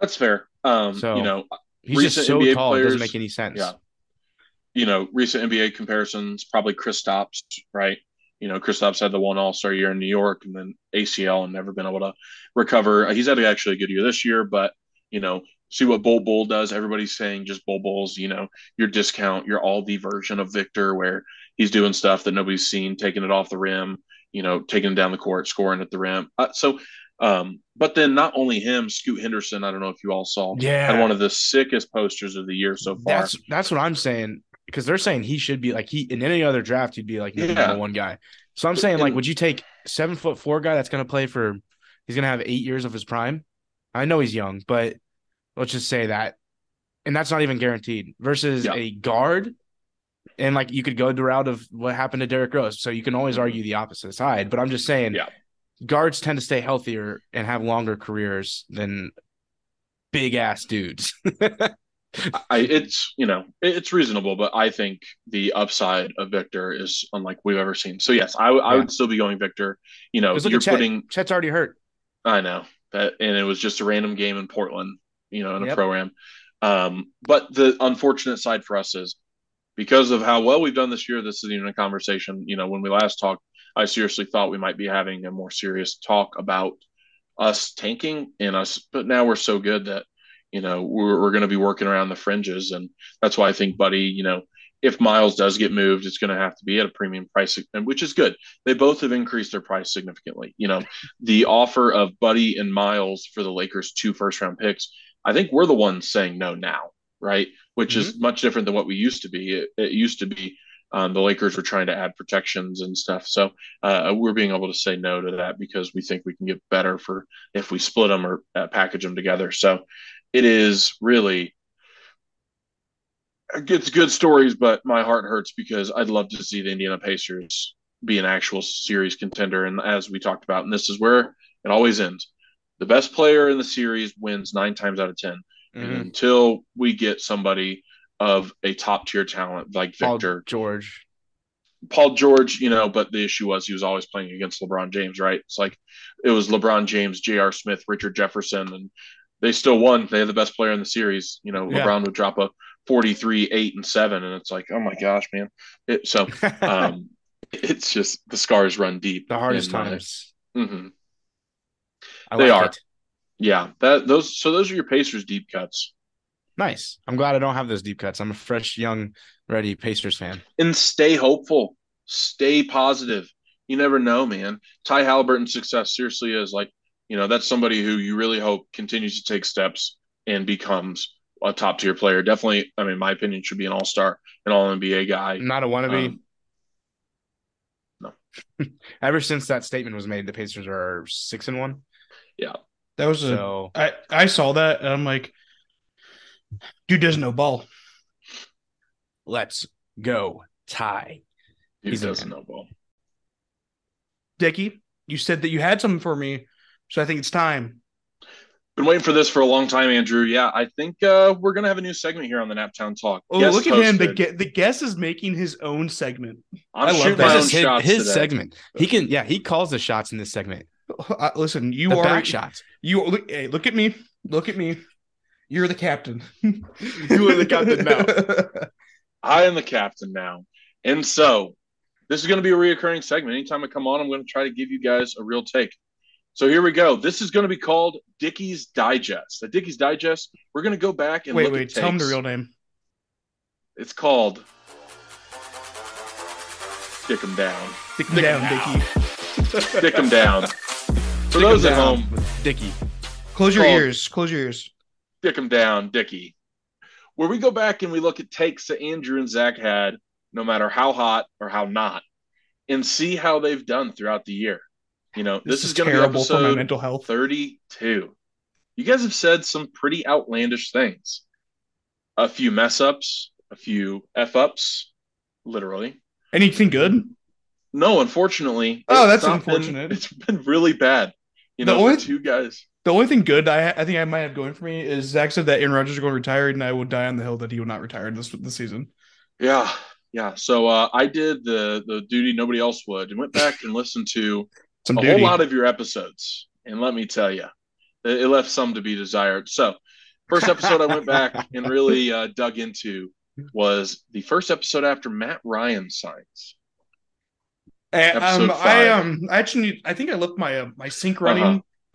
Speaker 3: That's fair. Um,
Speaker 1: So-
Speaker 3: you know,
Speaker 1: He's
Speaker 3: Recent
Speaker 1: just so
Speaker 3: NBA
Speaker 1: tall, it doesn't
Speaker 3: players-
Speaker 1: make any sense.
Speaker 3: yeah. you know, recent NBA comparisons, probably Chris Stops, right? You know, Chris Stops had the one All Star year in New York and then ACL and never been able to recover. He's had actually a good year this year, but, you know, see what Bull Bull does. Everybody's saying just Bull Bull's, you know, your discount, your Aldi version of Victor, where he's doing stuff that nobody's seen, taking it off the rim, you know, taking it down the court, scoring at the rim. Uh, so, um, but then not only him, Scoot Henderson, I don't know if you all saw,
Speaker 1: Yeah,
Speaker 3: had one of the sickest posters of the year so far.
Speaker 1: That's that's what I'm saying because they're saying he should be like he in any other draft he'd be like the
Speaker 3: Yeah.
Speaker 1: number one guy. So I'm saying like,
Speaker 3: And-
Speaker 1: would you take seven foot four guy that's gonna play for he's gonna have eight years of his prime? I know he's young, but let's just say that, and that's not even guaranteed. Versus
Speaker 3: Yeah.
Speaker 1: a guard, and like you could go the route of what happened to Derrick Rose. So you can always
Speaker 3: Mhm.
Speaker 1: argue the opposite side, but I'm just saying,
Speaker 3: Yeah.
Speaker 1: guards tend to stay healthier and have longer careers than big ass dudes.
Speaker 3: I it's you know it- it's reasonable, but I think the upside of Victor is unlike we've ever seen. So yes, I, w- I
Speaker 1: Yeah.
Speaker 3: would still be going Victor. You know,
Speaker 1: Because look
Speaker 3: you're
Speaker 1: at Chet.
Speaker 3: putting
Speaker 1: Chet's already hurt.
Speaker 3: I know that, and it was just a random game in Portland. You know, in a
Speaker 1: Yep.
Speaker 3: program. Um, but the unfortunate side for us is because of how well we've done this year. This isn't even a conversation. You know, when we last talked, I seriously thought we might be having a more serious talk about us tanking and us, but now we're so good that you know we're, we're going to be working around the fringes, and that's why I think Buddy, you know, if Miles does get moved, it's going to have to be at a premium price, and which is good. They both have increased their price significantly. You know, the offer of Buddy and Miles for the Lakers' two first round picks, I think we're the ones saying no now, right? Which is much different than what we used to be. It, it used to be. Um, the Lakers were trying to add protections and stuff, so uh, we're being able to say no to that because we think we can get better for if we split them or uh, package them together. So it is really it's good stories, but my heart hurts because I'd love to see the Indiana Pacers be an actual series contender. And as we talked about, and this is where it always ends. The best player in the series wins nine times out of 10 And
Speaker 2: Mm-hmm.
Speaker 1: Mhm.
Speaker 3: until we get somebody of a top tier talent like
Speaker 1: Paul
Speaker 3: Victor,
Speaker 1: George.
Speaker 3: Paul George, you know, but the issue was he was always playing against LeBron James, right? It's like it was LeBron James, J.R. Smith, Richard Jefferson, and they still won. They had the best player in the series. You know,
Speaker 1: Yeah.
Speaker 3: LeBron would drop a 43, 8, and 7, and it's like, oh my gosh, man. It, so um, it's just the scars run deep.
Speaker 1: the hardest
Speaker 3: in my-
Speaker 1: times.
Speaker 3: Mhm.
Speaker 1: I
Speaker 3: uh, they
Speaker 1: like
Speaker 3: are.
Speaker 1: It.
Speaker 3: Yeah. That those so those are your Pacers deep cuts.
Speaker 1: Nice. I'm glad I don't have those deep cuts. I'm a fresh, young, ready Pacers fan.
Speaker 3: And stay hopeful. Stay positive. You never know, man. Ty Halliburton's success seriously is like, you know, that's somebody who you really hope continues to take steps and becomes a top tier player. Definitely, I mean, my opinion should be an all star, an all NBA guy.
Speaker 1: I'm not a wannabe.
Speaker 3: Um,
Speaker 1: Ever since that statement was made, the Pacers are six and one.
Speaker 2: That was a
Speaker 1: So
Speaker 2: I I saw that and I'm like, dude doesn't know ball.
Speaker 1: let's go. Tie.
Speaker 3: Who
Speaker 1: He's a
Speaker 3: doesn't
Speaker 1: man.
Speaker 3: know ball?
Speaker 2: Dickie, you said that you had something for me, so I think it's time.
Speaker 3: Been waiting for this for a long time, Andrew. Yeah, I think uh, we're gonna have a new segment here on the Naptown Talk.
Speaker 2: Oh,
Speaker 3: Guest
Speaker 2: look at him! The
Speaker 3: hosted.
Speaker 2: gue- the guest is making his own segment.
Speaker 3: I'm
Speaker 2: I love
Speaker 3: shooting
Speaker 2: that.
Speaker 1: This
Speaker 3: my own
Speaker 1: is his,
Speaker 3: shots
Speaker 1: his
Speaker 3: today.
Speaker 1: segment. He can, yeah, he calls the shots in this segment.
Speaker 2: Uh, listen, you
Speaker 1: the
Speaker 2: are
Speaker 1: back shots.
Speaker 2: you. Look, hey, look at me! Look at me! You're the captain. you
Speaker 1: are the captain
Speaker 2: now.
Speaker 3: I am the captain now. And so this is going to be a reoccurring segment. Anytime I come on, I'm going to try to give you guys a real take. So here we go. This is going to be called Dickie's Digest. The Dickie's Digest, we're going to go back and
Speaker 2: wait,
Speaker 3: look
Speaker 2: wait.
Speaker 3: at
Speaker 2: Tell him the
Speaker 3: takes.
Speaker 2: real name.
Speaker 3: It's called Dick 'em Down.
Speaker 2: Dick him down, Dickie.
Speaker 3: Dick 'em Down. For
Speaker 1: Stick 'em
Speaker 3: those at
Speaker 1: down
Speaker 3: home,
Speaker 1: with Dickie.
Speaker 2: Close your
Speaker 3: Called-
Speaker 2: ears. Close your ears.
Speaker 3: Dick 'em Down, Dickie. Where we go back and we look at takes that Andrew and Zach had, no matter how hot or how not, and see how they've done throughout the year. You know, this, is, going to be
Speaker 2: terrible for my
Speaker 3: episode
Speaker 2: mental health.
Speaker 3: 32. You guys have said some pretty outlandish things. A few mess ups, a few F ups, literally.
Speaker 2: Anything good?
Speaker 3: No, unfortunately.
Speaker 2: Oh,
Speaker 3: it's
Speaker 2: that's
Speaker 3: not been-
Speaker 2: unfortunate.
Speaker 3: it's been really bad. You
Speaker 2: The
Speaker 3: know, for
Speaker 2: only-
Speaker 3: two guys.
Speaker 2: The only thing good I, I think I might have going for me is Zach said that Aaron Rodgers is going to retire, and I will die on the hill that he will not retire this this season.
Speaker 3: Yeah, yeah. So uh, I did the the duty nobody else would, and went back and listened to
Speaker 2: Some
Speaker 3: a
Speaker 2: duty.
Speaker 3: whole lot of your episodes, and let me tell you, it, it left some to be desired. So, first episode I went back and really uh, dug into was the first episode after Matt Ryan signs.
Speaker 2: And, um,
Speaker 3: Episode
Speaker 2: I
Speaker 3: five.
Speaker 2: um I actually need, I think I left my uh, my sink running. uh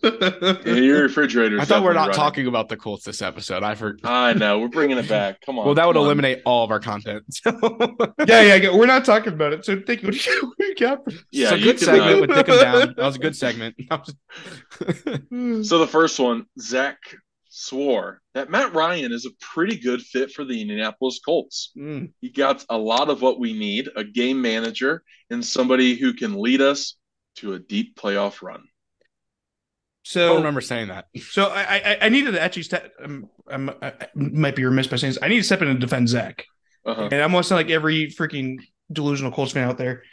Speaker 3: Uh-huh. Yeah, your refrigerator.
Speaker 1: I thought we are not talking about the Colts this episode. I forgot.
Speaker 3: I know we're bringing it back. Come on.
Speaker 1: Well, that would
Speaker 3: come on.
Speaker 1: eliminate all of our content. So,
Speaker 2: yeah, yeah, yeah, We're not talking about it. So thank you. What do you, what do you got for
Speaker 3: Yeah,
Speaker 1: so
Speaker 3: you
Speaker 1: good
Speaker 3: can,
Speaker 1: segment
Speaker 3: uh,
Speaker 1: with Dick and Down. That was a good segment.
Speaker 3: uh, So the first one, Zach swore that Matt Ryan is a pretty good fit for the Indianapolis Colts.
Speaker 2: Mm.
Speaker 3: He got a lot of what we need, a game manager and somebody who can lead us to a deep playoff run.
Speaker 1: I
Speaker 2: So
Speaker 3: Oh.
Speaker 2: um,
Speaker 1: don't remember saying that.
Speaker 2: So I I, I needed to actually step. Um, I'm, I I might be remiss by saying this. I need to step in and defend Zach.
Speaker 3: Uh-huh.
Speaker 2: And I'm gonna sound like every freaking delusional Colts fan out there.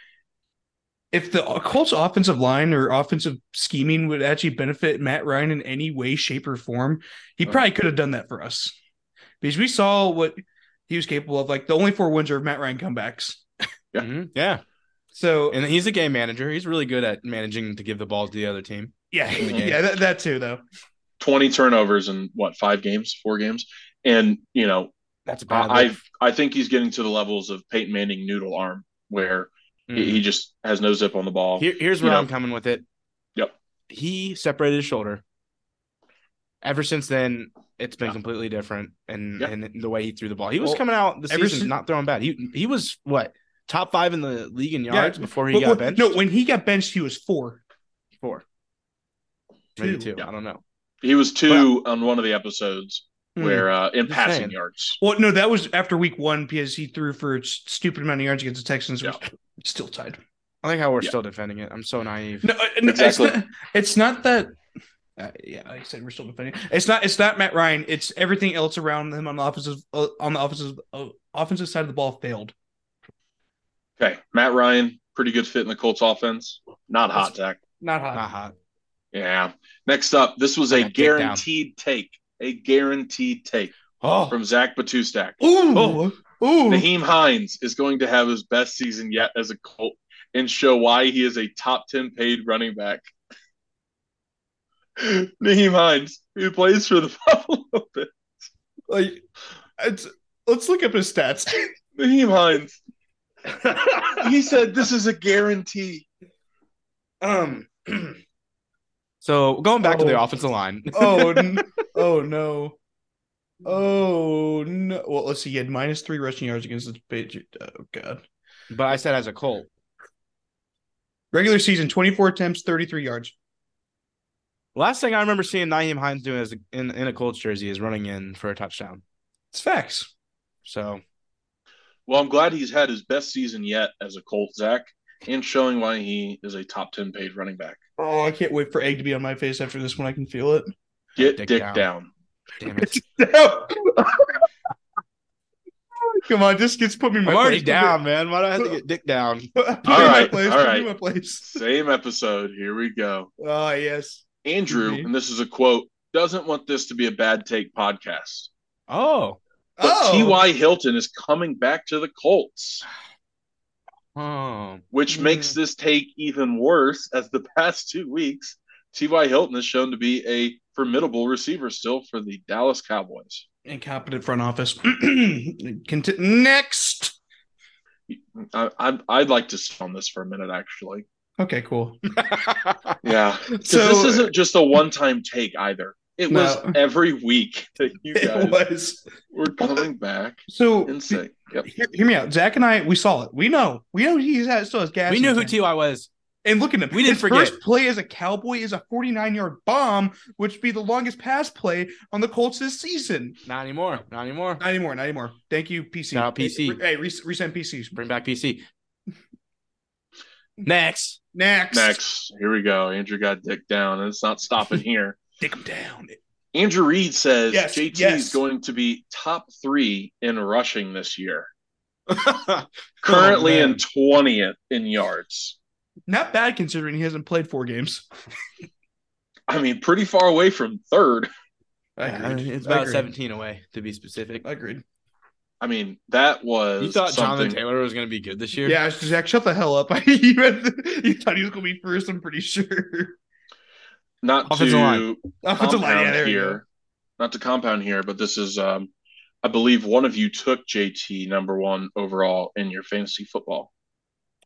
Speaker 2: If the Colts offensive line or offensive scheming would actually benefit Matt Ryan in any way, shape, or form, he
Speaker 1: Oh.
Speaker 3: Uh-huh.
Speaker 2: probably could have done that for us. Because we saw what he was capable of. Like the only four wins are Matt Ryan comebacks.
Speaker 3: Yeah.
Speaker 1: Mhm, yeah.
Speaker 2: So
Speaker 1: And he's a game manager. He's really good at managing to give the balls to the other team.
Speaker 2: yeah,
Speaker 1: in the game.
Speaker 2: yeah, that, that too though.
Speaker 3: 20 turnovers in what, five games, four games? And, you know,
Speaker 1: That's bad.
Speaker 3: I, I I think he's getting to the levels of Peyton Manning noodle arm where he,
Speaker 1: Mm-hmm.
Speaker 3: he just has no zip on the ball.
Speaker 1: Mm. Here, here's where
Speaker 3: you know.
Speaker 1: I'm coming with it.
Speaker 3: Yep.
Speaker 1: He separated his shoulder. Ever since then, it's been completely different, and
Speaker 3: Yeah.
Speaker 1: and the way he threw the ball, he was
Speaker 2: Well,
Speaker 1: coming out the
Speaker 2: ever
Speaker 1: season
Speaker 2: since-
Speaker 1: not throwing bad. He he was what top five in the league in
Speaker 2: Yeah,
Speaker 1: yards before he
Speaker 2: But
Speaker 1: got
Speaker 2: when-
Speaker 1: benched.
Speaker 2: No, when he got benched, he was four.
Speaker 1: four, maybe two.
Speaker 2: Two.
Speaker 1: I don't know.
Speaker 3: He was two on one of the episodes where uh, in
Speaker 1: Hmm. Just
Speaker 3: passing
Speaker 1: saying.
Speaker 3: yards.
Speaker 2: Well, no, that was after week one because he threw for a s- stupid amount of yards against the Texans, which still tied.
Speaker 1: I like how we're
Speaker 3: Yeah.
Speaker 1: still defending it. I'm so naive.
Speaker 2: No, uh, no,
Speaker 3: Exactly.
Speaker 2: it's, not, it's not that. Uh, yeah, like I said we're still defending. It's not. It's not Matt Ryan. It's everything else around him on the offensive uh, on the offensive uh, offensive side of the ball failed.
Speaker 3: Okay. Matt Ryan, pretty good fit in the Colts offense. Not hot, Zach.
Speaker 2: Not hot.
Speaker 1: Not hot.
Speaker 3: Yeah. Next up, this was
Speaker 1: I
Speaker 3: a
Speaker 1: got kicked down.
Speaker 3: guaranteed take. A guaranteed take
Speaker 1: Oh,
Speaker 3: from Zach Batustak.
Speaker 2: Ah. Ooh, ooh.
Speaker 3: Naheem Hines is going to have his best season yet as a Colt and show why he is a top 10 paid running back. Naheem Hines, who plays for the Buffalo Bills.
Speaker 2: like, it's, let's look up his stats.
Speaker 3: Naheem Hines, he said this is a guarantee.
Speaker 2: um.
Speaker 1: so going back to the
Speaker 2: Oh.
Speaker 1: offensive line.
Speaker 2: Oh. n- oh no. Oh no. Well, let's see. He had minus three rushing yards against the Patriots. Oh god.
Speaker 1: but I said as a Colt.
Speaker 2: Regular season, 24 attempts, 33 yards.
Speaker 1: Last thing I remember seeing Naeem Hines doing as a, in in a Colts jersey is running in for a touchdown.
Speaker 2: It's facts.
Speaker 1: So
Speaker 3: Well, I'm glad he's had his best season yet as a Colt, Zach, and showing why he is a top 10 paid running back.
Speaker 2: Oh, I can't wait for egg to be on my face after this one. I can feel it.
Speaker 3: Get
Speaker 1: Dick
Speaker 3: Dick,
Speaker 1: down.
Speaker 3: down.
Speaker 1: damn it.
Speaker 2: Come on, just gets put me in my
Speaker 1: I'm already
Speaker 2: place.
Speaker 1: down, man. Why do I have to get dick down?
Speaker 2: Put me- Put me
Speaker 3: All
Speaker 2: in my
Speaker 3: right,
Speaker 2: place.
Speaker 3: all
Speaker 2: Put me in
Speaker 3: right.
Speaker 2: my place.
Speaker 3: Same episode. Here we go.
Speaker 2: Oh, yes.
Speaker 3: Andrew,
Speaker 2: Mhm.
Speaker 3: and this is a quote, doesn't want this to be a bad take podcast.
Speaker 1: Oh.
Speaker 3: But
Speaker 2: oh,
Speaker 3: T.Y. Hilton is coming back to the Colts,
Speaker 1: Oh.
Speaker 3: which
Speaker 2: Mm.
Speaker 3: makes this take even worse as the past two weeks, T.Y. Hilton is shown to be a formidable receiver still for the Dallas Cowboys.
Speaker 2: Incompetent front office. Conti- Next.
Speaker 3: I, I, I'd like to sit on this for a minute, actually.
Speaker 2: Okay, cool.
Speaker 3: Yeah.
Speaker 2: So
Speaker 3: this isn't just a one time take either. It
Speaker 2: No.
Speaker 3: was every week that you guys
Speaker 2: it was.
Speaker 3: were coming back
Speaker 2: So
Speaker 3: and saying, yep.
Speaker 2: hear, hear me out. Zach and I, we saw it. We know. We know he still has gas.
Speaker 1: we
Speaker 2: in
Speaker 1: knew
Speaker 2: the
Speaker 1: who
Speaker 2: tank.
Speaker 1: T.Y. was.
Speaker 2: And look at him.
Speaker 1: We didn't
Speaker 2: His
Speaker 1: forget.
Speaker 2: First play as a Cowboy is a 49 yard bomb, which would be the longest pass play on the Colts this season.
Speaker 1: Not anymore. Not anymore.
Speaker 2: Not anymore. Not anymore. Thank you, PC.
Speaker 1: Shout out, PC.
Speaker 2: Hey, re- re- resend PCs.
Speaker 1: Bring back PC. Next.
Speaker 2: Next.
Speaker 3: Next, here we go. Andrew got dick down, and it's not stopping here.
Speaker 2: Dick him down.
Speaker 3: Andrew Reed says
Speaker 2: Yes,
Speaker 3: JT
Speaker 2: yes.
Speaker 3: is going to be top three in rushing this year, currently
Speaker 1: Oh, man.
Speaker 3: in 20th in yards.
Speaker 2: Not bad considering he hasn't played four games.
Speaker 3: I mean, pretty far away from third.
Speaker 2: I
Speaker 1: Yeah,
Speaker 2: agreed.
Speaker 1: it's
Speaker 2: I
Speaker 1: about
Speaker 2: agreed.
Speaker 1: 17 away to be specific.
Speaker 2: I agreed.
Speaker 3: I mean, that was
Speaker 1: You thought
Speaker 3: something.
Speaker 1: Jonathan Taylor was going to be good this year?
Speaker 2: Yeah, I was just Zach, shut the hell up. you, had the, you thought he was going to be first, I'm pretty sure.
Speaker 3: not
Speaker 1: Offensive
Speaker 3: to
Speaker 1: line.
Speaker 2: Offensive line, yeah,
Speaker 3: compound
Speaker 2: there you go.
Speaker 3: here, not to compound here, but this is, um, I believe one of you took JT number one overall in your fantasy football.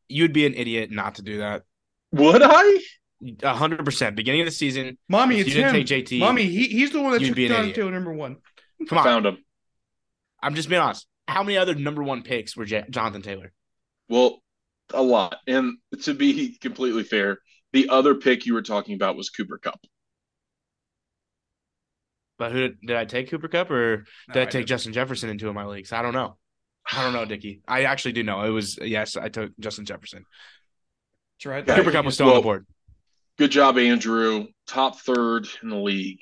Speaker 1: You'd be an idiot not to do that.
Speaker 3: Would I?
Speaker 1: 100%. Beginning of the season,
Speaker 2: Mommy,
Speaker 1: if
Speaker 2: it's
Speaker 1: you didn't
Speaker 2: him.
Speaker 1: take JT.
Speaker 2: Mommy, he, he's the one that
Speaker 1: You'd
Speaker 2: took
Speaker 1: be an
Speaker 2: Jonathan
Speaker 1: idiot.
Speaker 2: Taylor number one.
Speaker 1: come on.
Speaker 3: Found him.
Speaker 1: I'm just being honest. How many other number one picks were J- Jonathan Taylor?
Speaker 3: Well, a lot. And to be completely fair, the other pick you were talking about was Cooper Cup.
Speaker 1: But who did I take Cooper Cup or did
Speaker 2: No,
Speaker 1: I
Speaker 2: I
Speaker 1: take Justin Jefferson in two of my leagues? I don't know. I don't know, Dickie. I actually do know. It was yes, I took Justin Jefferson.
Speaker 2: It's right.
Speaker 3: Yeah,
Speaker 1: Cooper
Speaker 3: you
Speaker 1: Cup
Speaker 3: just-
Speaker 1: was still on
Speaker 3: well-
Speaker 1: the board.
Speaker 3: Good job, Andrew. Top third in the league.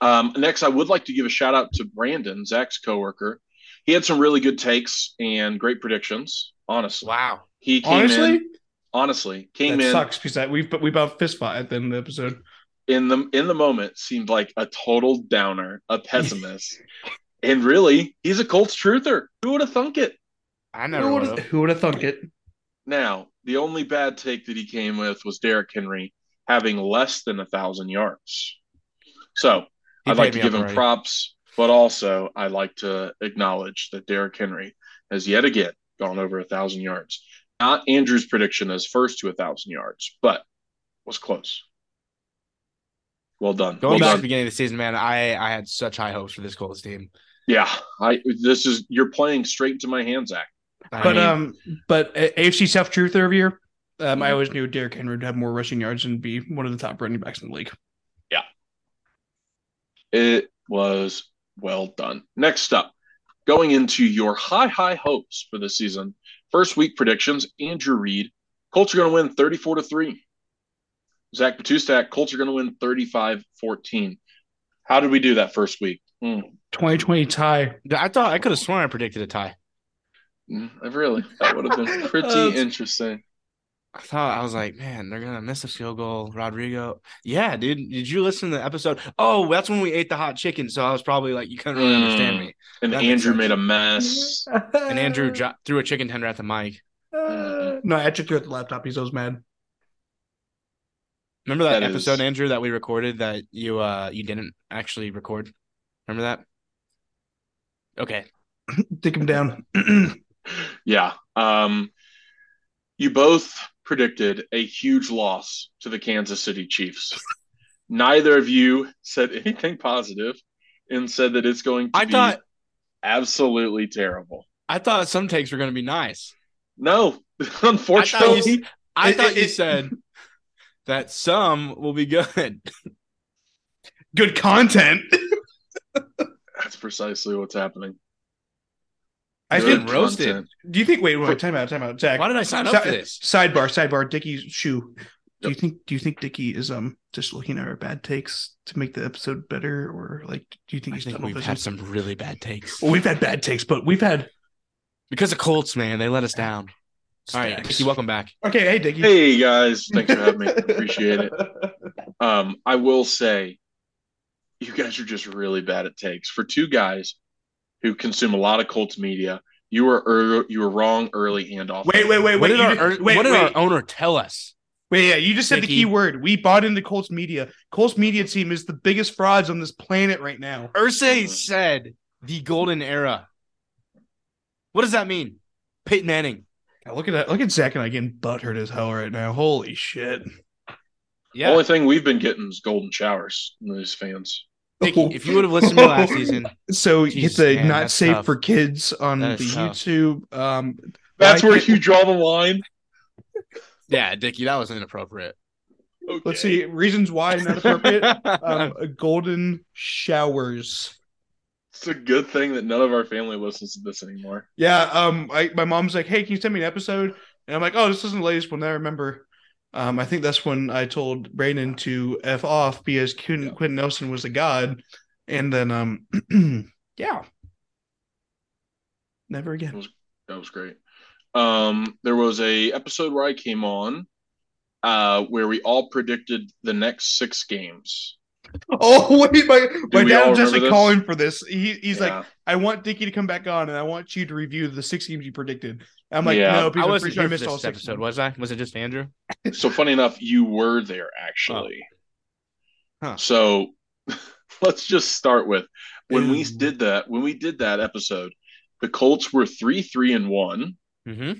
Speaker 3: Um, next, I would like to give a shout out to Brandon, Zach's coworker. He had some really good takes and great predictions. Honestly,
Speaker 1: Wow.
Speaker 3: he came
Speaker 2: Honestly,
Speaker 3: in. Honestly, came
Speaker 2: that
Speaker 3: in
Speaker 2: sucks because that we but we about fist fought at the end of the episode.
Speaker 3: in the in the moment seemed like a total downer, a pessimist, and really, he's a Colts truther. Who would have thunk it?
Speaker 1: I never
Speaker 2: Who
Speaker 1: would
Speaker 2: would
Speaker 1: have.
Speaker 2: who would have thunk it?
Speaker 3: Now, the only bad take that he came with was Derrick Henry having less than a thousand yards. So
Speaker 1: He
Speaker 3: I'd like
Speaker 1: paid
Speaker 3: to
Speaker 1: me
Speaker 3: give
Speaker 1: up
Speaker 3: him
Speaker 1: already.
Speaker 3: props, but also I'd like to acknowledge that Derrick Henry has yet again gone over a thousand yards. Not Andrew's prediction as first to a thousand yards, but was close. Well done.
Speaker 1: Going
Speaker 3: well
Speaker 1: back to
Speaker 3: done.
Speaker 1: the beginning of the season, man, I, I had such high hopes for this Colts team.
Speaker 3: Yeah. I this is you're playing straight into my hands, Zach.
Speaker 1: I
Speaker 2: But
Speaker 1: mean,
Speaker 2: um, but uh, AFC South truther of year. Um, I always knew Derrick Henry would have more rushing yards and be one of the top running backs in the league.
Speaker 3: It was well done. Next up, going into your high, high hopes for this season. First week predictions Andrew Reed. Colts are going to win 34 to 3. Zach Batustak, Colts are going to win 35 14. How did we do that first week? Hmm.
Speaker 2: 2020 tie.
Speaker 1: I thought I could have sworn I predicted a tie.
Speaker 3: Mm, really, that would have been pretty
Speaker 2: That's-
Speaker 3: interesting.
Speaker 1: I thought I was like, man, they're gonna miss a field goal, Rodrigo. Yeah, dude. Did you listen to the episode? Oh, that's when we ate the hot chicken. So I was probably like, you couldn't really understand
Speaker 3: Mm.
Speaker 1: me.
Speaker 3: And
Speaker 1: That makes
Speaker 3: Andrew
Speaker 1: sense.
Speaker 3: made a mess.
Speaker 1: And Andrew jo- threw a chicken tender at the mic.
Speaker 2: Uh, no, I checked through at the laptop. He's always mad.
Speaker 1: Remember that,
Speaker 3: That
Speaker 1: episode,
Speaker 3: is-
Speaker 1: Andrew, that we recorded that you uh you didn't actually record. Remember that? Okay.
Speaker 2: Dick him down.
Speaker 1: Ah,
Speaker 2: I
Speaker 3: Yeah. Um, you both predicted a huge loss to the Kansas City Chiefs. Neither of you said anything positive and said that it's going to
Speaker 1: I
Speaker 3: be
Speaker 1: thought-
Speaker 3: absolutely terrible.
Speaker 1: I thought some takes were gonna be nice.
Speaker 3: No,
Speaker 1: I thought
Speaker 3: unfortunately,
Speaker 1: you, I
Speaker 2: It-
Speaker 1: thought
Speaker 2: it-
Speaker 1: you
Speaker 2: it-
Speaker 1: said that some will be good.
Speaker 2: Good content.
Speaker 3: that's precisely what's happening.
Speaker 2: I
Speaker 3: Good
Speaker 2: think.
Speaker 1: roasted.
Speaker 3: content.
Speaker 2: Do you think? Wait, wait. Time out. Time out. Zach.
Speaker 1: Why did I sign up
Speaker 2: Si-
Speaker 1: for this?
Speaker 2: Sidebar, sidebar. Dickie's shoe. Do you
Speaker 3: Yep.
Speaker 2: think? Do you think Dickie is um just looking at our bad takes to make the episode better, or like do you think
Speaker 1: I
Speaker 2: he's
Speaker 1: think
Speaker 2: tunnel
Speaker 1: we've
Speaker 2: vision?
Speaker 1: had some really bad takes.
Speaker 2: Well, we've had bad takes, but we've had.
Speaker 1: Because the Colts, man, they let us down. All right,
Speaker 2: stacks.
Speaker 1: Dickie, welcome back.
Speaker 2: Okay, hey Dickie.
Speaker 3: Hey guys, thanks for having me. Appreciate it. Um, I will say, you guys are just really bad at takes. For two guys who consume a lot of Colts media, you were er- you were wrong early and off.
Speaker 2: Wait, wait, wait,
Speaker 1: what
Speaker 2: wait.
Speaker 1: did,
Speaker 2: you
Speaker 1: our,
Speaker 2: did-
Speaker 1: er-
Speaker 2: wait,
Speaker 1: what did
Speaker 2: wait,
Speaker 1: our owner tell us?
Speaker 2: wait, yeah, you just said the
Speaker 1: Dickie?
Speaker 2: key word. We bought into Colts media. Colts media team is the biggest frauds on this planet right now.
Speaker 1: Ursay said the golden era. What does that mean? Peyton Manning.
Speaker 2: Now, look at that. Look at Zach and I getting butthurt as hell right now. Holy shit.
Speaker 1: Yeah.
Speaker 3: Only thing we've been getting is golden showers from these fans.
Speaker 1: Dickie, if you would have listened to last season,
Speaker 2: So it's
Speaker 1: Jesus,
Speaker 2: the
Speaker 1: man,
Speaker 2: not
Speaker 1: that's
Speaker 2: safe
Speaker 1: tough.
Speaker 2: for kids on the
Speaker 1: That is tough.
Speaker 2: YouTube. Um,
Speaker 3: That's
Speaker 2: I
Speaker 3: where
Speaker 2: can't-
Speaker 3: you draw the line.
Speaker 1: yeah, Dickie, that was inappropriate.
Speaker 3: Okay.
Speaker 2: Let's see reasons why not appropriate. um, golden showers.
Speaker 3: It's a good thing that none of our family listens to this anymore.
Speaker 2: Yeah, um, I, my mom's like, "Hey, can you send me an episode?" And I'm like, "Oh, this isn't the latest one." I remember. Um, I think that's when I told Brandon to f off because Quentin, Quentin Nelson was a god, and then um, yeah, never again.
Speaker 3: That was great. Um, there was a episode where I came on uh, where we all predicted the next six games.
Speaker 2: Oh wait, my my
Speaker 3: we
Speaker 2: dad
Speaker 3: all
Speaker 2: was
Speaker 3: remember
Speaker 2: actually
Speaker 3: this?
Speaker 2: calling for this. He, he's
Speaker 3: Yeah.
Speaker 2: like, I want Dickie to come back on, and I want you to review the six games you predicted. I'm like,
Speaker 3: Yeah.
Speaker 2: no,
Speaker 1: I
Speaker 2: people, I'm
Speaker 1: wasn't
Speaker 2: pretty sure
Speaker 1: here
Speaker 2: I
Speaker 1: for
Speaker 2: missed all
Speaker 1: this
Speaker 2: six.
Speaker 1: episode, was I? Was it just Andrew?
Speaker 3: so funny enough, you were there actually.
Speaker 1: Huh.
Speaker 3: So let's just start with when we
Speaker 2: Ooh.
Speaker 3: did that. When we did that episode, the Colts were three, three, and one
Speaker 1: Mm-hmm.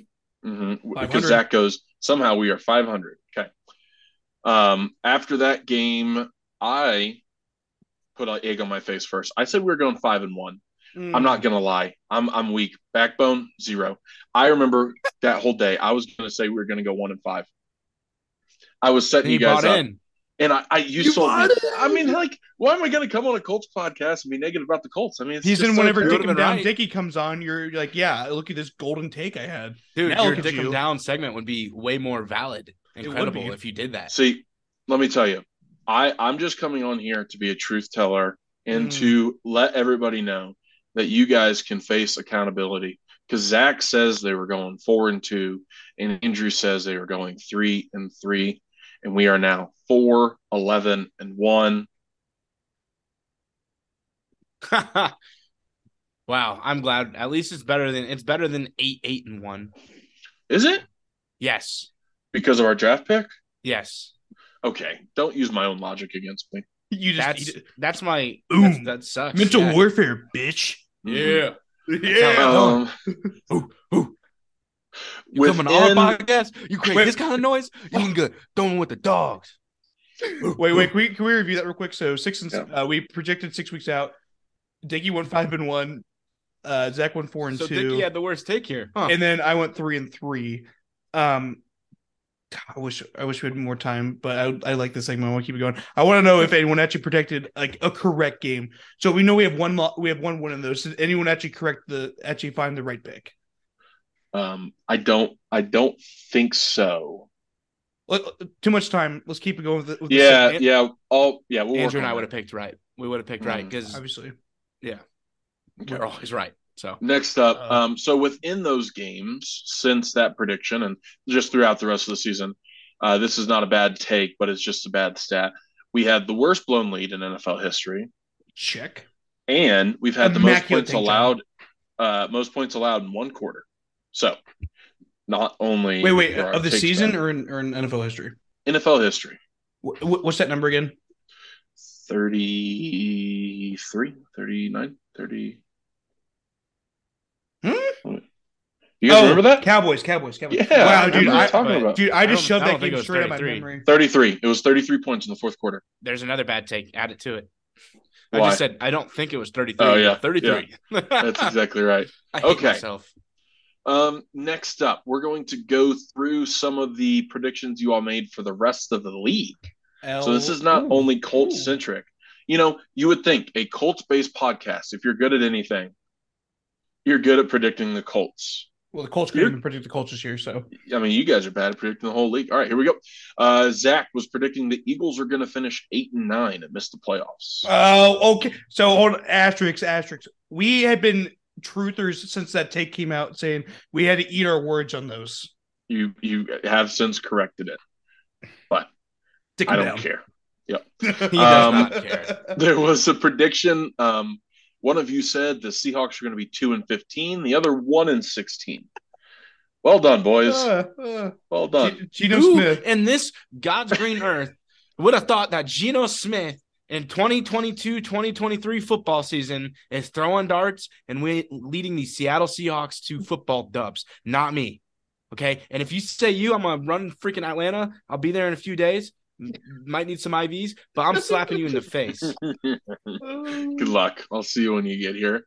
Speaker 3: hmm
Speaker 2: 500.
Speaker 3: because that goes somehow we are five hundred. Okay. Um, after that game, I put an egg on my face first. I said we were going five and one. I'm not gonna lie. I'm I'm weak. Backbone zero. I remember that whole day. I was gonna say we were gonna go one and five. I was setting
Speaker 1: He
Speaker 3: you guys
Speaker 1: bought
Speaker 3: up,
Speaker 1: in.
Speaker 3: and I, I you,
Speaker 2: You
Speaker 3: sold me.
Speaker 2: bought it?
Speaker 3: I mean, like, why am I gonna come on a Colts podcast and be negative about the Colts? I mean, it's
Speaker 2: He's
Speaker 3: just
Speaker 2: in
Speaker 3: so
Speaker 2: whenever
Speaker 1: You
Speaker 2: Dick
Speaker 1: would've
Speaker 2: him
Speaker 1: been
Speaker 2: down.
Speaker 1: right.
Speaker 2: Dickie comes on, you're like, yeah, look at this golden take I had.
Speaker 1: Dude,
Speaker 2: Now
Speaker 1: your
Speaker 2: look at
Speaker 1: Dick 'em
Speaker 2: you.
Speaker 1: down segment would be way more valid and
Speaker 2: It would
Speaker 1: credible
Speaker 2: be.
Speaker 1: if you did that.
Speaker 3: See, let me tell you, I I'm just coming on here to be a truth teller and
Speaker 2: Mm.
Speaker 3: to let everybody know that you guys can face accountability. Because Zach says they were going four and two, and Andrew says they were going three and three, and we are now four, 11, and one.
Speaker 1: wow, I'm glad. At least it's better than it's better than eight, eight, and one.
Speaker 3: Is it
Speaker 1: Yes,
Speaker 3: because of our draft pick?
Speaker 1: yes.
Speaker 3: Okay, don't use my own logic against me.
Speaker 2: You just
Speaker 1: That's that's my
Speaker 2: Boom.
Speaker 1: that's, that sucks.
Speaker 2: mental
Speaker 1: yeah.
Speaker 2: warfare, bitch.
Speaker 3: Mm-hmm.
Speaker 1: Yeah,
Speaker 2: Yeah.
Speaker 3: Um,
Speaker 1: Ooh, ooh. You
Speaker 3: within,
Speaker 1: coming on our podcast? You create
Speaker 2: Wait.
Speaker 1: this kind of noise? You ain't good. Going with the dogs. Ooh,
Speaker 2: Wait,
Speaker 1: ooh.
Speaker 2: wait. Can we, can we review that real quick? So six and uh, we projected six weeks out. Dicky went five and one. Uh, Zach went four and
Speaker 1: So
Speaker 2: two,
Speaker 1: Dickie had the worst take here. Huh.
Speaker 2: and then I went three and three. Um, God, I wish I wish we had more time, but I I like this segment. I want to keep it going. I want to know if anyone actually predicted like a correct game. So we know we have one lo- we have one win in those. Did anyone actually correct the actually find the right pick?
Speaker 3: um, I don't, I don't think so.
Speaker 2: Let- Too much time. Let's keep it going. With the, with the
Speaker 3: Yeah,
Speaker 2: segment,
Speaker 3: yeah, all yeah. We'll work
Speaker 1: Andrew and
Speaker 3: on
Speaker 1: I
Speaker 3: that.
Speaker 1: would have picked right. We would have picked right
Speaker 3: Mm.
Speaker 1: because
Speaker 2: obviously.
Speaker 1: we're always right. So
Speaker 3: Next up,
Speaker 2: Uh,
Speaker 3: um, so within those games, since that prediction and just throughout the rest of the season, uh, this is not a bad take, but it's just a bad stat. We had the worst blown lead in NFL history,
Speaker 2: Check.
Speaker 3: and we've had the most
Speaker 2: Immaculate
Speaker 3: points
Speaker 2: take, Tom.
Speaker 3: allowed, uh, most points allowed in one quarter. So, not only
Speaker 2: Wait, wait.
Speaker 3: were our
Speaker 2: Of the
Speaker 3: takes
Speaker 2: season
Speaker 3: bad-
Speaker 2: or in, or in NFL history?
Speaker 3: NFL history,
Speaker 2: Wh- wh- what's that number again?
Speaker 3: 33, 39, 30.
Speaker 2: Hmm?
Speaker 3: You guys remember that?
Speaker 2: Oh, Cowboys, Cowboys, Cowboys.
Speaker 3: Yeah, I
Speaker 2: wow,
Speaker 3: remember
Speaker 2: dude,
Speaker 3: what
Speaker 2: I,
Speaker 3: you're talking
Speaker 1: but-
Speaker 3: about.
Speaker 2: dude, I just
Speaker 1: I don't-
Speaker 2: shoved
Speaker 1: I
Speaker 2: that
Speaker 1: don't think
Speaker 2: game
Speaker 1: it was
Speaker 2: straight out of my
Speaker 1: 33.
Speaker 2: memory.
Speaker 3: 33. It was 33 points in the fourth quarter.
Speaker 1: there's another bad take. Add it to it. I
Speaker 3: Why?
Speaker 1: just said I don't think it was 33.
Speaker 3: Oh, yeah.
Speaker 1: 33.
Speaker 3: That's exactly right.
Speaker 1: I hate
Speaker 3: okay.
Speaker 1: myself.
Speaker 3: Um, next up, we're going to go through some of the predictions you all made for the rest of the league. So this is not
Speaker 2: L-
Speaker 3: only Colts
Speaker 2: Ooh.
Speaker 3: centric. You know, you would think a Colts based podcast, if you're good at anything, you're good at predicting the Colts.
Speaker 2: Well, the Colts couldn't even predict the Colts this year, so
Speaker 3: I mean, you guys are bad at predicting the whole league. All right, here we go. Uh, Zach was predicting the Eagles are going to finish eight and nine and miss the playoffs.
Speaker 2: oh, okay. So hold on, asterisk, asterisk. We have been truthers since that take came out, saying we had to eat our words on those.
Speaker 3: You you have since corrected it.
Speaker 2: Dick
Speaker 3: I
Speaker 2: 'em
Speaker 3: don't
Speaker 2: down.
Speaker 3: care.
Speaker 1: He does
Speaker 3: Um,
Speaker 1: not care.
Speaker 3: There was a prediction. Um, one of you said the Seahawks are going to be two and fifteen. The other one and sixteen. Well done, boys.
Speaker 2: Uh,
Speaker 3: Well
Speaker 2: uh,
Speaker 3: done.
Speaker 2: G- Geno
Speaker 1: Who
Speaker 2: Smith.
Speaker 1: in this God's green earth would have thought that Geno Smith in 2022 2023 football season is throwing darts and we leading the Seattle Seahawks to football dubs? Not me. Okay. And if you say you, I'm going to run freaking Atlanta. I'll be there in a few days. M- Might need some IVs, but I'm slapping you in the face.
Speaker 3: Good luck. I'll see you when you get here.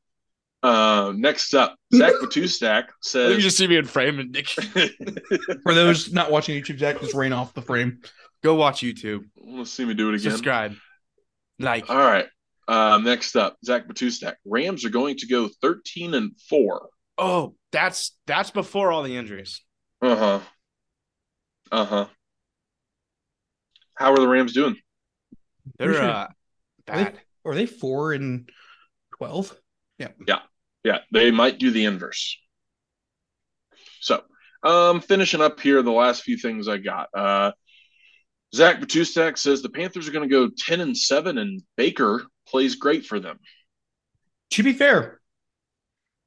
Speaker 3: Uh, next up, Zach Batustak
Speaker 1: You
Speaker 3: says.
Speaker 1: just see me in frame and Nick.
Speaker 2: For those not watching YouTube, Zach just ran off the frame.
Speaker 1: Go watch YouTube.
Speaker 3: Let's see me do it again.
Speaker 1: Subscribe. Like,
Speaker 3: All right. Um, next up, Zach Batustak. Rams are going to go thirteen and four.
Speaker 1: oh, that's that's before all the injuries.
Speaker 3: Uh huh. Uh huh. How are the Rams doing?
Speaker 1: They're
Speaker 2: Sure.
Speaker 1: uh, bad.
Speaker 2: Are they four and twelve?
Speaker 3: Yeah, they might do the inverse. So, um, finishing up here, the last few things I got. Uh, Zach Batustak says the Panthers are going to go ten and seven, and Baker plays great for them.
Speaker 2: To be fair,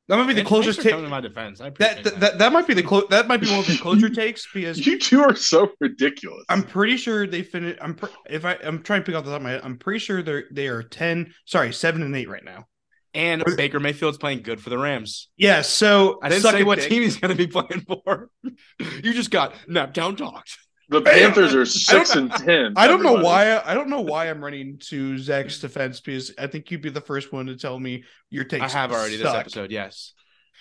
Speaker 2: that might be the
Speaker 1: Thanks-
Speaker 2: closest
Speaker 1: thanks for
Speaker 2: take.
Speaker 1: coming to my defense. I appreciate
Speaker 2: That, that, that that might be the clo- that might be one of the closer takes because
Speaker 3: You two are so ridiculous.
Speaker 2: I'm pretty sure they finished. I'm pr- if I I'm trying to pick out the top of my head. I'm pretty sure they're they are ten. Sorry, seven and eight right now.
Speaker 1: and Baker Mayfield's playing good for the Rams.
Speaker 2: Yeah. So
Speaker 1: I didn't
Speaker 2: suck
Speaker 1: say
Speaker 2: a
Speaker 1: what
Speaker 2: dick.
Speaker 1: team he's going to be playing for. you just got napdown talked.
Speaker 3: The
Speaker 2: Bam!
Speaker 3: Panthers are six and ten.
Speaker 2: I don't know
Speaker 3: everybody.
Speaker 2: why. I don't know why I'm running to Zach's defense because I think you'd be the first one to tell me your takes.
Speaker 1: I have already this
Speaker 2: suck.
Speaker 1: episode. Yes.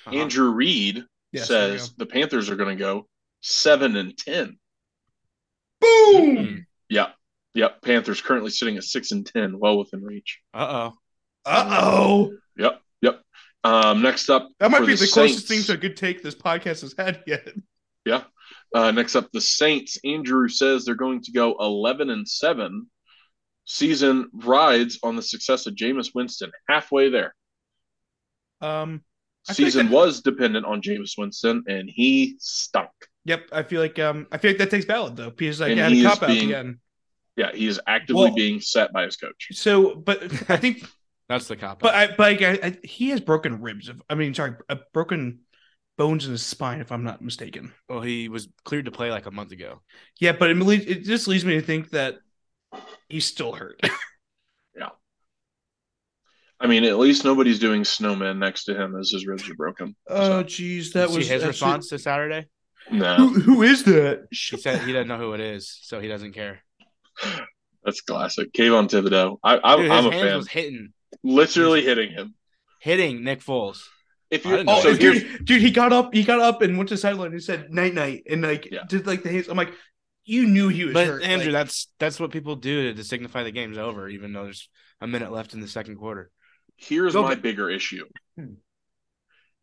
Speaker 1: Uh-huh.
Speaker 3: Andrew Reed
Speaker 2: Yes, there you
Speaker 3: says the Panthers are going to go seven and ten.
Speaker 2: go. boom.
Speaker 1: Mm.
Speaker 3: Yeah, yep. Panthers currently sitting at six and ten, well within reach.
Speaker 1: Uh oh.
Speaker 2: Uh oh.
Speaker 3: Yep, yep. Um, next up,
Speaker 2: That might
Speaker 3: for
Speaker 2: be the, closest
Speaker 3: Saints.
Speaker 2: thing to a good take this podcast has had yet.
Speaker 3: Yeah. Uh, next up, the Saints. Andrew says they're going to go 11 and 7. Season rides on the success of Jameis Winston. Halfway there.
Speaker 2: Um. I think
Speaker 3: Season
Speaker 2: that-
Speaker 3: was dependent on Jameis Winston, and he stunk.
Speaker 2: Yep. I feel like um. I feel like that takes ballot though because like
Speaker 3: And
Speaker 2: I had
Speaker 3: he
Speaker 2: a
Speaker 3: is
Speaker 2: cop out
Speaker 3: being-
Speaker 2: again.
Speaker 3: Yeah, he is actively
Speaker 2: Well-
Speaker 3: being set by his coach.
Speaker 2: So, but I think
Speaker 1: That's the cop.
Speaker 2: But I, but like, I, I, he has broken ribs. If, I mean, sorry, uh, broken bones in his spine, if I'm not mistaken.
Speaker 1: well, he was cleared to play like a month ago.
Speaker 2: Yeah, but it, leads- it just leads me to think that he's still hurt.
Speaker 3: I mean, at least nobody's doing snowman next to him as his ribs are broken.
Speaker 2: oh, jeez, that
Speaker 1: Did you
Speaker 2: was
Speaker 1: see his
Speaker 2: that's-
Speaker 1: response to Saturday.
Speaker 3: No,
Speaker 2: Who, who is that?
Speaker 1: He said he doesn't know who it is, so he doesn't care.
Speaker 3: that's classic. Kayvon Thibodeau. I, I,
Speaker 1: Dude, his
Speaker 3: I'm a
Speaker 1: hands
Speaker 3: fan.
Speaker 1: was hitting,
Speaker 3: Literally hitting him.
Speaker 1: hitting Nick Foles.
Speaker 3: If
Speaker 1: I
Speaker 3: you
Speaker 1: didn't know
Speaker 2: Oh,
Speaker 3: so
Speaker 1: that.
Speaker 3: here's,
Speaker 2: dude, dude, he got up, he got up and went to the sideline and said night, night, and like
Speaker 3: Yeah.
Speaker 2: did like the hands. I'm like, you knew he was
Speaker 1: But
Speaker 2: hurt.
Speaker 1: Andrew,
Speaker 2: like,
Speaker 1: that's that's what people do to, to signify the game's over, even though there's a minute left in the second quarter.
Speaker 3: here's
Speaker 1: Go
Speaker 3: my
Speaker 1: get-
Speaker 3: bigger issue.
Speaker 1: Hmm.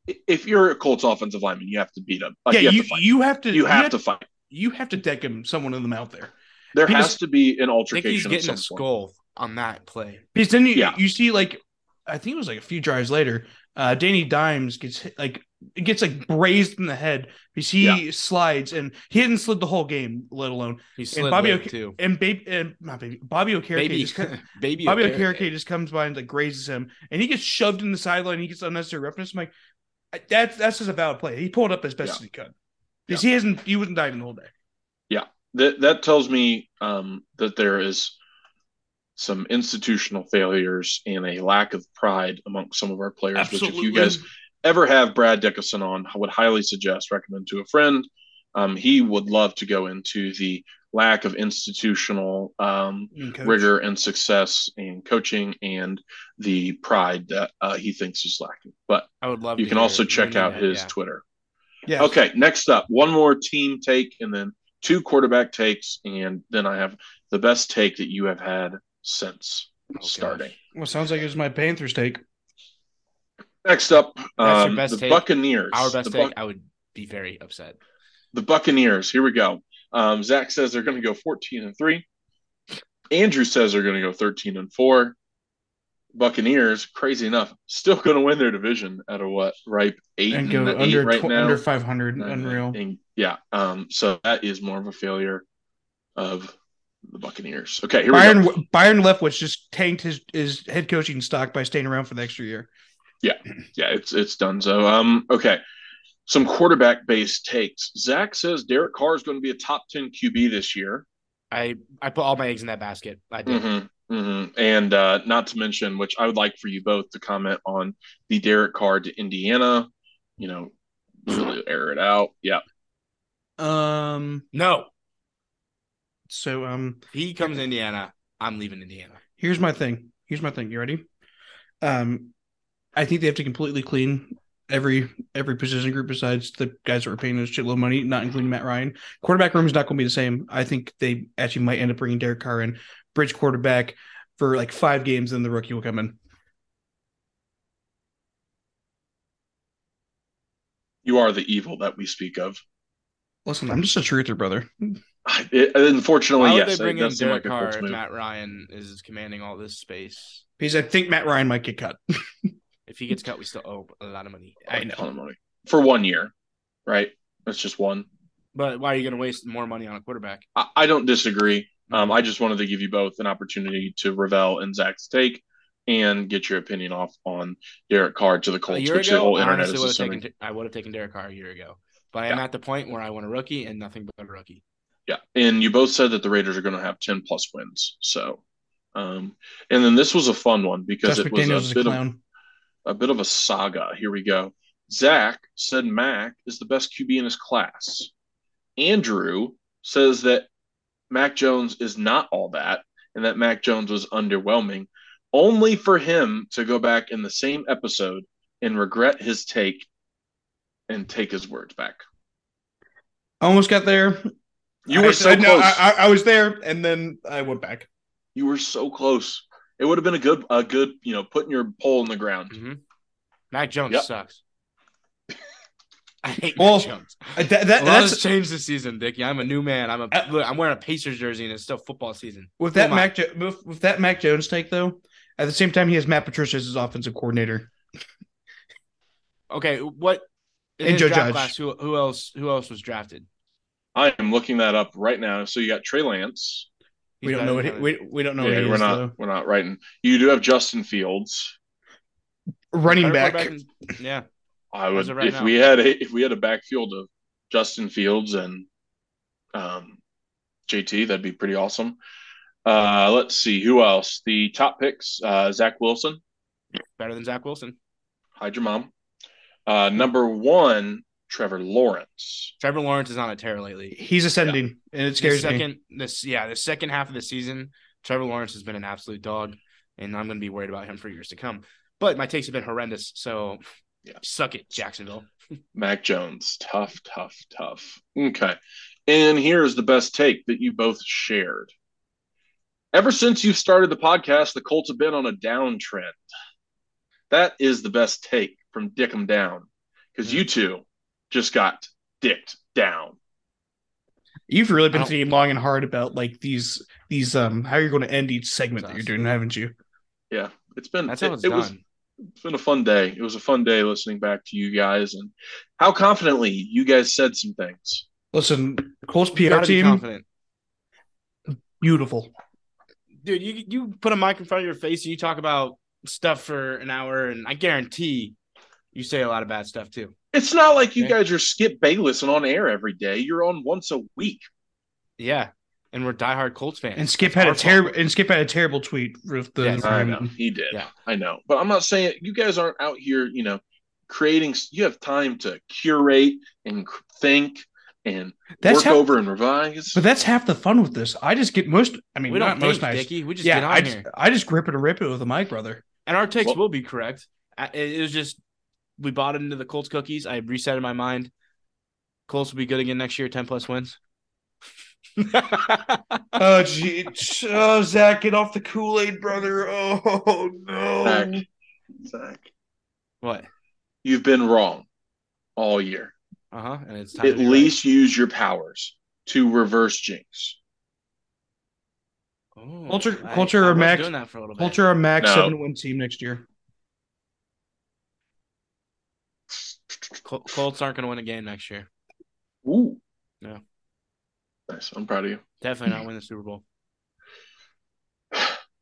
Speaker 3: I- If you're a Colts offensive lineman, you have to beat him. Like,
Speaker 2: yeah,
Speaker 3: you,
Speaker 2: you
Speaker 3: have to fight.
Speaker 2: you have to
Speaker 3: You have to fight.
Speaker 2: you have to deck him someone in the mouth there.
Speaker 3: There
Speaker 2: because-
Speaker 3: has to be
Speaker 1: I think
Speaker 3: an
Speaker 1: he's
Speaker 3: altercation of
Speaker 1: getting
Speaker 3: some
Speaker 1: a
Speaker 3: sort.
Speaker 1: skull on that play.
Speaker 2: Because then you,
Speaker 3: Yeah.
Speaker 2: you see like I think it was like a few drives later, uh Danny Dimes gets hit, like it gets like brazed in the head because he slides and he hadn't slid the whole game, let alone
Speaker 1: He slid
Speaker 2: Bobby
Speaker 1: Bobby
Speaker 2: Oki-
Speaker 1: too.
Speaker 2: and baby and not baby Bobby Okereke
Speaker 1: Baby,
Speaker 2: just co-
Speaker 1: baby,
Speaker 2: Bobby
Speaker 1: Okereke.
Speaker 2: Okereke just comes by and like grazes him and he gets shoved in the sideline. He gets unnecessary roughness. I'm like I- that's that's just a valid play. He pulled up as best
Speaker 3: Yeah.
Speaker 2: as he could because he hasn't he wasn't diving the whole day.
Speaker 3: That that tells me um, that there is some institutional failures and a lack of pride amongst some of our players. Which, if you guys ever have Brad Dickerson on, I would highly suggest recommend to a friend. Um, he would love to go into the lack of institutional um,
Speaker 2: Mm, coach.
Speaker 3: rigor and success and coaching and the pride that uh, he thinks is lacking. But
Speaker 1: I would love.
Speaker 3: you
Speaker 1: to
Speaker 3: can
Speaker 1: hear-
Speaker 3: also
Speaker 1: I
Speaker 3: check
Speaker 1: need
Speaker 3: out
Speaker 1: that,
Speaker 3: his
Speaker 1: yeah.
Speaker 3: Twitter.
Speaker 2: Yeah.
Speaker 3: Okay, next up, one more team take and then two quarterback takes. And then I have the best take that you have had since
Speaker 1: Oh, gosh.
Speaker 3: starting.
Speaker 2: Well, sounds like it was my Panthers take.
Speaker 3: Next up,
Speaker 1: That's your
Speaker 3: um,
Speaker 1: best
Speaker 3: the
Speaker 1: take.
Speaker 3: Buccaneers.
Speaker 1: Our best
Speaker 3: the,
Speaker 1: take,
Speaker 3: Buc-
Speaker 1: I would be very upset.
Speaker 3: the Buccaneers. Here we go. Um, Zach says they're going to go 14 and 3. Andrew says they're going to go 13 and 4. Buccaneers, crazy enough, still going to win their division at a what ripe eight
Speaker 2: and
Speaker 3: and,
Speaker 2: go
Speaker 3: eight
Speaker 2: under
Speaker 3: right
Speaker 2: tw-
Speaker 3: now.
Speaker 2: under 500 unreal
Speaker 3: And- yeah. Um, so that is more of a failure of the Buccaneers. Okay, here we
Speaker 2: Byron
Speaker 3: go.
Speaker 2: Byron Leftwich just tanked his his head coaching stock by staying around for the extra year
Speaker 3: Yeah, it's it's done. So um, okay. Some quarterback based takes. Zach says Derek Carr is going to be a top ten QB this year.
Speaker 1: I I put all my eggs in that basket. I did.
Speaker 3: Mm-hmm, mm-hmm. And uh, not to mention, which I would like for you both to comment on the Derek Carr to Indiana. You know,
Speaker 1: Mm-hmm.
Speaker 3: really air it out. Yeah.
Speaker 2: um
Speaker 1: No,
Speaker 2: so um
Speaker 1: he comes to Indiana. I'm leaving Indiana.
Speaker 2: here's my thing here's my thing you ready um i think they have to completely clean every every position group besides the guys that were paying a shitload of money not including matt ryan quarterback room is not going to be the same i think they actually might end up bringing derek carr in bridge quarterback for like five games then the rookie will come in
Speaker 3: You are the evil that we speak of.
Speaker 2: listen i'm just a truther brother
Speaker 3: It- unfortunately,
Speaker 1: Why would
Speaker 3: Oh, yes,
Speaker 1: they bring in
Speaker 3: does seem
Speaker 1: Derek
Speaker 3: a
Speaker 1: Carr
Speaker 3: Colts
Speaker 1: if
Speaker 3: move.
Speaker 1: Matt Ryan is commanding all this space?
Speaker 2: because i think matt ryan might get cut
Speaker 1: If he gets cut, we still owe a lot of money.
Speaker 2: I know.
Speaker 3: ton of money for one year, right? That's just one.
Speaker 1: But why are you going to waste more money on a quarterback?
Speaker 3: I, I don't disagree. Um, I just wanted to give you both an opportunity to revel in Zach's take and get your opinion off on Derek Carr to the
Speaker 1: a
Speaker 3: Colts, Oh,
Speaker 1: year
Speaker 3: which the
Speaker 1: ago,
Speaker 3: whole
Speaker 1: I
Speaker 3: internet
Speaker 1: honestly
Speaker 3: is
Speaker 1: would have
Speaker 3: assuming.
Speaker 1: taken I would have taken Derek Carr a year ago, but I'm at the point where I want a rookie and nothing but a rookie.
Speaker 3: Yeah, and you both said that the Raiders are going to have ten plus wins. So, um, and then this was a fun one because
Speaker 2: Josh
Speaker 3: it was
Speaker 2: McDaniels is a
Speaker 3: a bit of
Speaker 2: clown.
Speaker 3: a bit of a saga. Here we go. Zach said Mac is the best QB in his class. Andrew says that Mac Jones is not all that, and that Mac Jones was underwhelming, only for him to go back in the same episode and regret his take and take his words back.
Speaker 2: Almost got there.
Speaker 3: You
Speaker 2: I-
Speaker 3: were so
Speaker 2: I,
Speaker 3: close.
Speaker 2: no, I, I- I was there, and then I went back.
Speaker 3: You were so close. It would have been a good, a good, you know, putting your pole in the ground.
Speaker 1: hmm Mac Jones
Speaker 3: Mm-hmm. Yep.
Speaker 1: sucks. I hate
Speaker 2: Well,
Speaker 1: Mac Jones.
Speaker 2: I- that-
Speaker 1: A lot
Speaker 2: that- that's Uh,
Speaker 1: has changed this season, Dickie. I'm a new man. I'm a look, I'm wearing a Pacers jersey and it's still football season.
Speaker 2: with that
Speaker 1: Come on.
Speaker 2: Mac jo- with, with that Mac Jones take though. At the same time, he has Matt Patricia as his offensive coordinator.
Speaker 1: Okay, what in
Speaker 2: And
Speaker 1: his
Speaker 2: Joe
Speaker 1: draft
Speaker 2: Judge.
Speaker 1: class? Who who else who else was drafted?
Speaker 3: I am looking that up right now. So you got Trey Lance.
Speaker 1: He's
Speaker 2: we don't know
Speaker 1: better
Speaker 2: what he,
Speaker 1: than-
Speaker 2: we, we don't know
Speaker 3: yeah,
Speaker 2: what he
Speaker 3: we're
Speaker 2: is
Speaker 3: not,
Speaker 2: though.
Speaker 3: we're not writing. You do have Justin Fields.
Speaker 2: Running
Speaker 1: better
Speaker 2: back,
Speaker 1: quarterback than- yeah,
Speaker 3: I would
Speaker 1: of right
Speaker 3: if
Speaker 1: now.
Speaker 3: we had a if we had a backfield of Justin Fields and um, JT, that'd be pretty awesome. Uh, let's see who else. The top picks: uh, Zach Wilson,
Speaker 1: better than Zach Wilson.
Speaker 3: hide your mom. Uh, number one, Trevor Lawrence.
Speaker 1: Trevor Lawrence is on a tear lately.
Speaker 2: he's ascending, and it
Speaker 1: the
Speaker 2: scares me.
Speaker 1: second this yeah the second half of the season trevor lawrence has been an absolute dog and i'm going to be worried about him for years to come but my takes have been horrendous so
Speaker 3: Yeah.
Speaker 1: suck it jacksonville
Speaker 3: Mac Jones, tough, tough, tough. Okay. And here's the best take that you both shared. Ever since you started the podcast, the Colts have been on a downtrend. That is the best take from Dick 'em Down because
Speaker 1: Mm.
Speaker 3: you two just got dicked down.
Speaker 2: You've really been
Speaker 1: I don't-
Speaker 2: thinking long and hard about like these these um how you're going to end each segment that you're doing, haven't you?
Speaker 3: Yeah, it's been
Speaker 1: that's
Speaker 3: it,
Speaker 1: how it's
Speaker 3: it
Speaker 1: done
Speaker 3: was it's been a fun day. It was a fun day listening back to you guys and how confidently you guys said some things.
Speaker 2: Listen, Colts
Speaker 1: You
Speaker 2: PR
Speaker 1: gotta be
Speaker 2: team,
Speaker 1: confident.
Speaker 2: beautiful.
Speaker 1: dude you, you put a mic in front of your face and you talk about stuff for an hour and i guarantee you say a lot of bad stuff too
Speaker 3: It's not like you
Speaker 1: Okay.
Speaker 3: guys are Skip Bayless and on air every day. You're on once a week.
Speaker 1: yeah and we're diehard colts fans
Speaker 2: And Skip had a
Speaker 1: That's our fault.
Speaker 2: terrible and Skip had a terrible tweet with the
Speaker 1: Yes,
Speaker 3: I know he did.
Speaker 1: Yeah.
Speaker 3: I know, but I'm not saying you guys aren't out here. You know, creating. You have time to curate and c- think and
Speaker 2: That's
Speaker 3: work
Speaker 2: how-
Speaker 3: over and revise.
Speaker 2: But that's half the fun with this. I just get most. I mean,
Speaker 1: we
Speaker 2: not
Speaker 1: don't
Speaker 2: most
Speaker 1: think,
Speaker 2: nights.
Speaker 1: Dickie. we just
Speaker 2: yeah,
Speaker 1: get on
Speaker 2: I
Speaker 1: here
Speaker 2: just, I just grip it and rip it with a mic, brother.
Speaker 1: and our takes
Speaker 3: Well-
Speaker 1: will be correct. I, it it was just we bought into the Colts cookies. I resetted my mind. Colts will be good again next year. Ten plus wins.
Speaker 2: oh, gee, oh, Zach, get off the Kool Aid, brother. Oh no.
Speaker 3: Zach, Zach,
Speaker 1: what?
Speaker 3: you've been wrong all year.
Speaker 1: Uh huh. And it's time to
Speaker 3: At
Speaker 1: be right.
Speaker 3: least use your powers to reverse jinx.
Speaker 1: Oh,
Speaker 2: Culture-
Speaker 1: I-
Speaker 2: culture
Speaker 1: I
Speaker 2: or
Speaker 1: was
Speaker 2: Mac-
Speaker 1: doing that for a little bit.
Speaker 2: Culture a max
Speaker 3: No.
Speaker 2: seven win team next year.
Speaker 1: Col- Colts aren't going to win a game next year.
Speaker 3: Ooh.
Speaker 1: Yeah.
Speaker 3: Nice. I'm proud of you.
Speaker 1: Definitely not win the Super Bowl.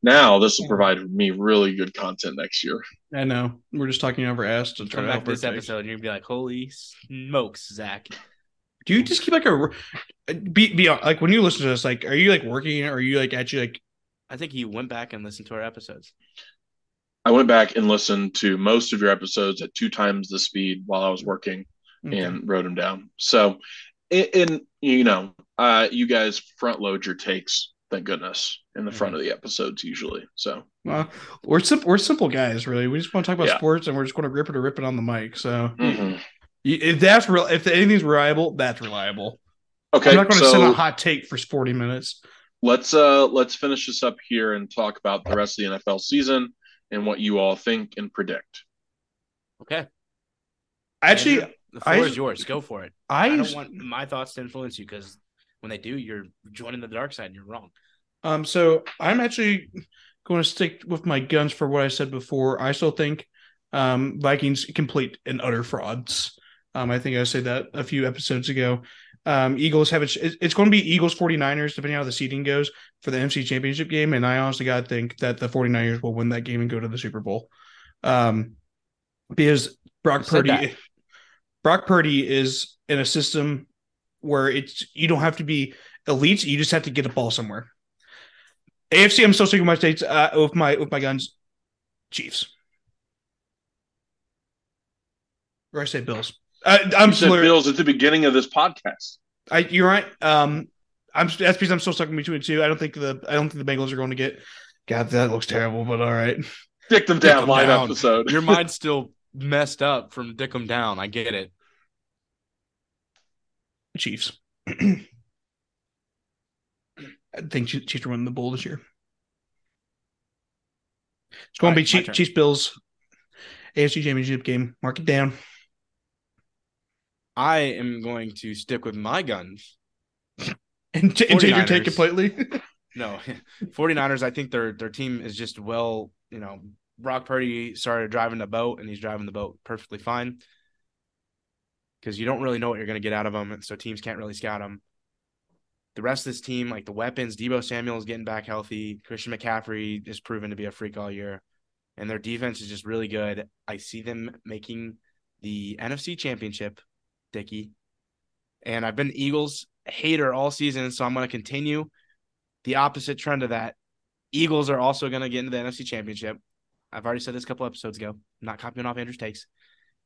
Speaker 3: Now this will provide me really good content next year.
Speaker 2: I know. We're just talking over ass to try
Speaker 1: Come
Speaker 2: to
Speaker 1: back
Speaker 2: help our
Speaker 1: this
Speaker 2: takes.
Speaker 1: episode and you're gonna be like, "Holy smokes, Zach!"
Speaker 2: Do you just keep like a be be like when you listen to this? Like, are you like working? Or are you like actually like?
Speaker 1: I think he went back and listened to our episodes.
Speaker 3: I went back and listened to most of your episodes at two times the speed while I was working and wrote them down. So, i- in you know, uh, you guys front load your takes. Thank goodness in the
Speaker 2: Mm-hmm.
Speaker 3: front of the episodes usually. So
Speaker 2: Well, we're simple. We're simple guys, really. We just want to talk about
Speaker 3: Yeah.
Speaker 2: sports, and we're just going to rip it or rip it on the mic. So
Speaker 3: mhm.
Speaker 2: y- if that's real, if anything's reliable, that's reliable.
Speaker 3: okay,
Speaker 2: I'm not going to
Speaker 3: so
Speaker 2: send a hot take for 40 minutes.
Speaker 3: let's uh let's finish this up here and talk about the rest of the NFL season and what you all think and predict.
Speaker 1: Okay.
Speaker 2: Actually,
Speaker 1: Andrew, the floor
Speaker 2: I-
Speaker 1: is yours. Go for it.
Speaker 2: I,
Speaker 1: I don't want my thoughts to influence you because when they do, you're joining the dark side and you're wrong.
Speaker 2: um. So I'm actually going to stick with my guns for what I said before. I still think um Vikings complete and utter frauds. Um, I think I said that a few episodes ago. Um, Eagles have it. It's, it's going to be Eagles 49ers, depending on how the seeding goes for the NFC Championship game. And I honestly got to think that the 49ers will win that game and go to the Super Bowl. Um, because Brock
Speaker 1: You said
Speaker 2: Purdy,
Speaker 1: that.
Speaker 2: Brock Purdy is in a system where it's you don't have to be elite; you just have to get a ball somewhere. AFC, I'm still sticking with my states uh, with my with my guns. Chiefs. Or I say Bills. Uh, I'm
Speaker 3: You said
Speaker 2: sorry.
Speaker 3: Bills at the beginning of this podcast.
Speaker 2: I, you're right. Um, I'm that's because I'm still stuck in between two. I don't think the I don't think the Bengals are going to get. God, that looks terrible, but all right.
Speaker 3: Dick them
Speaker 1: Dick
Speaker 3: down
Speaker 1: them
Speaker 3: line
Speaker 1: down.
Speaker 3: episode.
Speaker 1: Your mind's still messed up from dick 'em down. I get it.
Speaker 2: Chiefs. I think Chi- Chiefs are winning the bowl this year. It's going
Speaker 1: All right,
Speaker 2: to be
Speaker 1: my
Speaker 2: Chiefs,
Speaker 1: turn.
Speaker 2: Chiefs Bills, AFC Championship game. Mark it down.
Speaker 1: I am going to stick with my guns.
Speaker 2: And, t- and take your take
Speaker 1: 49ers.
Speaker 2: completely.
Speaker 1: No, 49ers, I think their their team is just well, you know, Brock Purdy started driving the boat and he's driving the boat perfectly fine. Because you don't really know what you're going to get out of him, and so teams can't really scout him. The rest of this team, like the weapons, Debo Samuel's getting back healthy. Christian McCaffrey is proven to be a freak all year. And their defense is just really good. I see them making the NFC championship, Dickie. And I've been Eagles hater all season, so I'm going to continue the opposite trend of that. Eagles are also going to get into the NFC Championship. I've already said this a couple episodes ago. I'm not copying off Andrew's takes.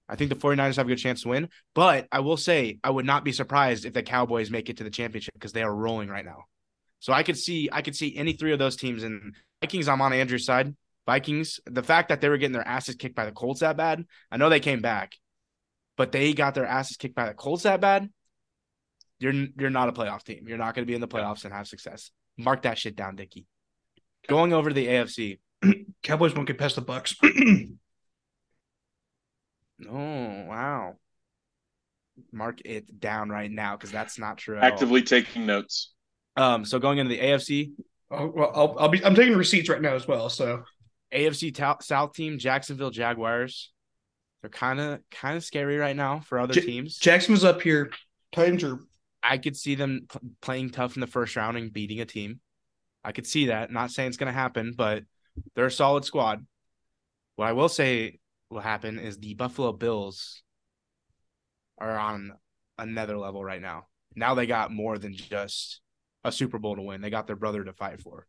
Speaker 1: I think the 49ers have a good chance to win, but I will say I would not be surprised if the Cowboys make it to the championship because they are rolling right now. So I could see I could see any three of those teams and Vikings I'm on Andrew's side. Vikings, the fact that they were getting their asses kicked by the Colts that bad, I know they came back, but they got their asses kicked by the Colts that bad. You're you're not a playoff team. You're not going to be in the playoffs and have success. Mark that shit down, Dickie. Going over to the AFC.
Speaker 2: Cowboys won't get past the Bucks.
Speaker 1: Oh wow. Mark it down right now because that's not true. at all.
Speaker 3: Actively taking notes.
Speaker 1: Um. So going into the AFC,
Speaker 2: Oh, well, I'll, I'll be. I'm taking receipts right now as well. So
Speaker 1: AFC to- South team, Jacksonville Jaguars. They're kind of kind of scary right now for other
Speaker 2: Ja-
Speaker 1: teams.
Speaker 2: Jackson's up here. Titans are
Speaker 1: I could see them p- playing tough in the first round and beating a team. I could see that. Not saying it's going to happen, but they're a solid squad. What I will say will happen is the Buffalo Bills are on another level right now. Now they got more than just a Super Bowl to win. They got their brother to fight for.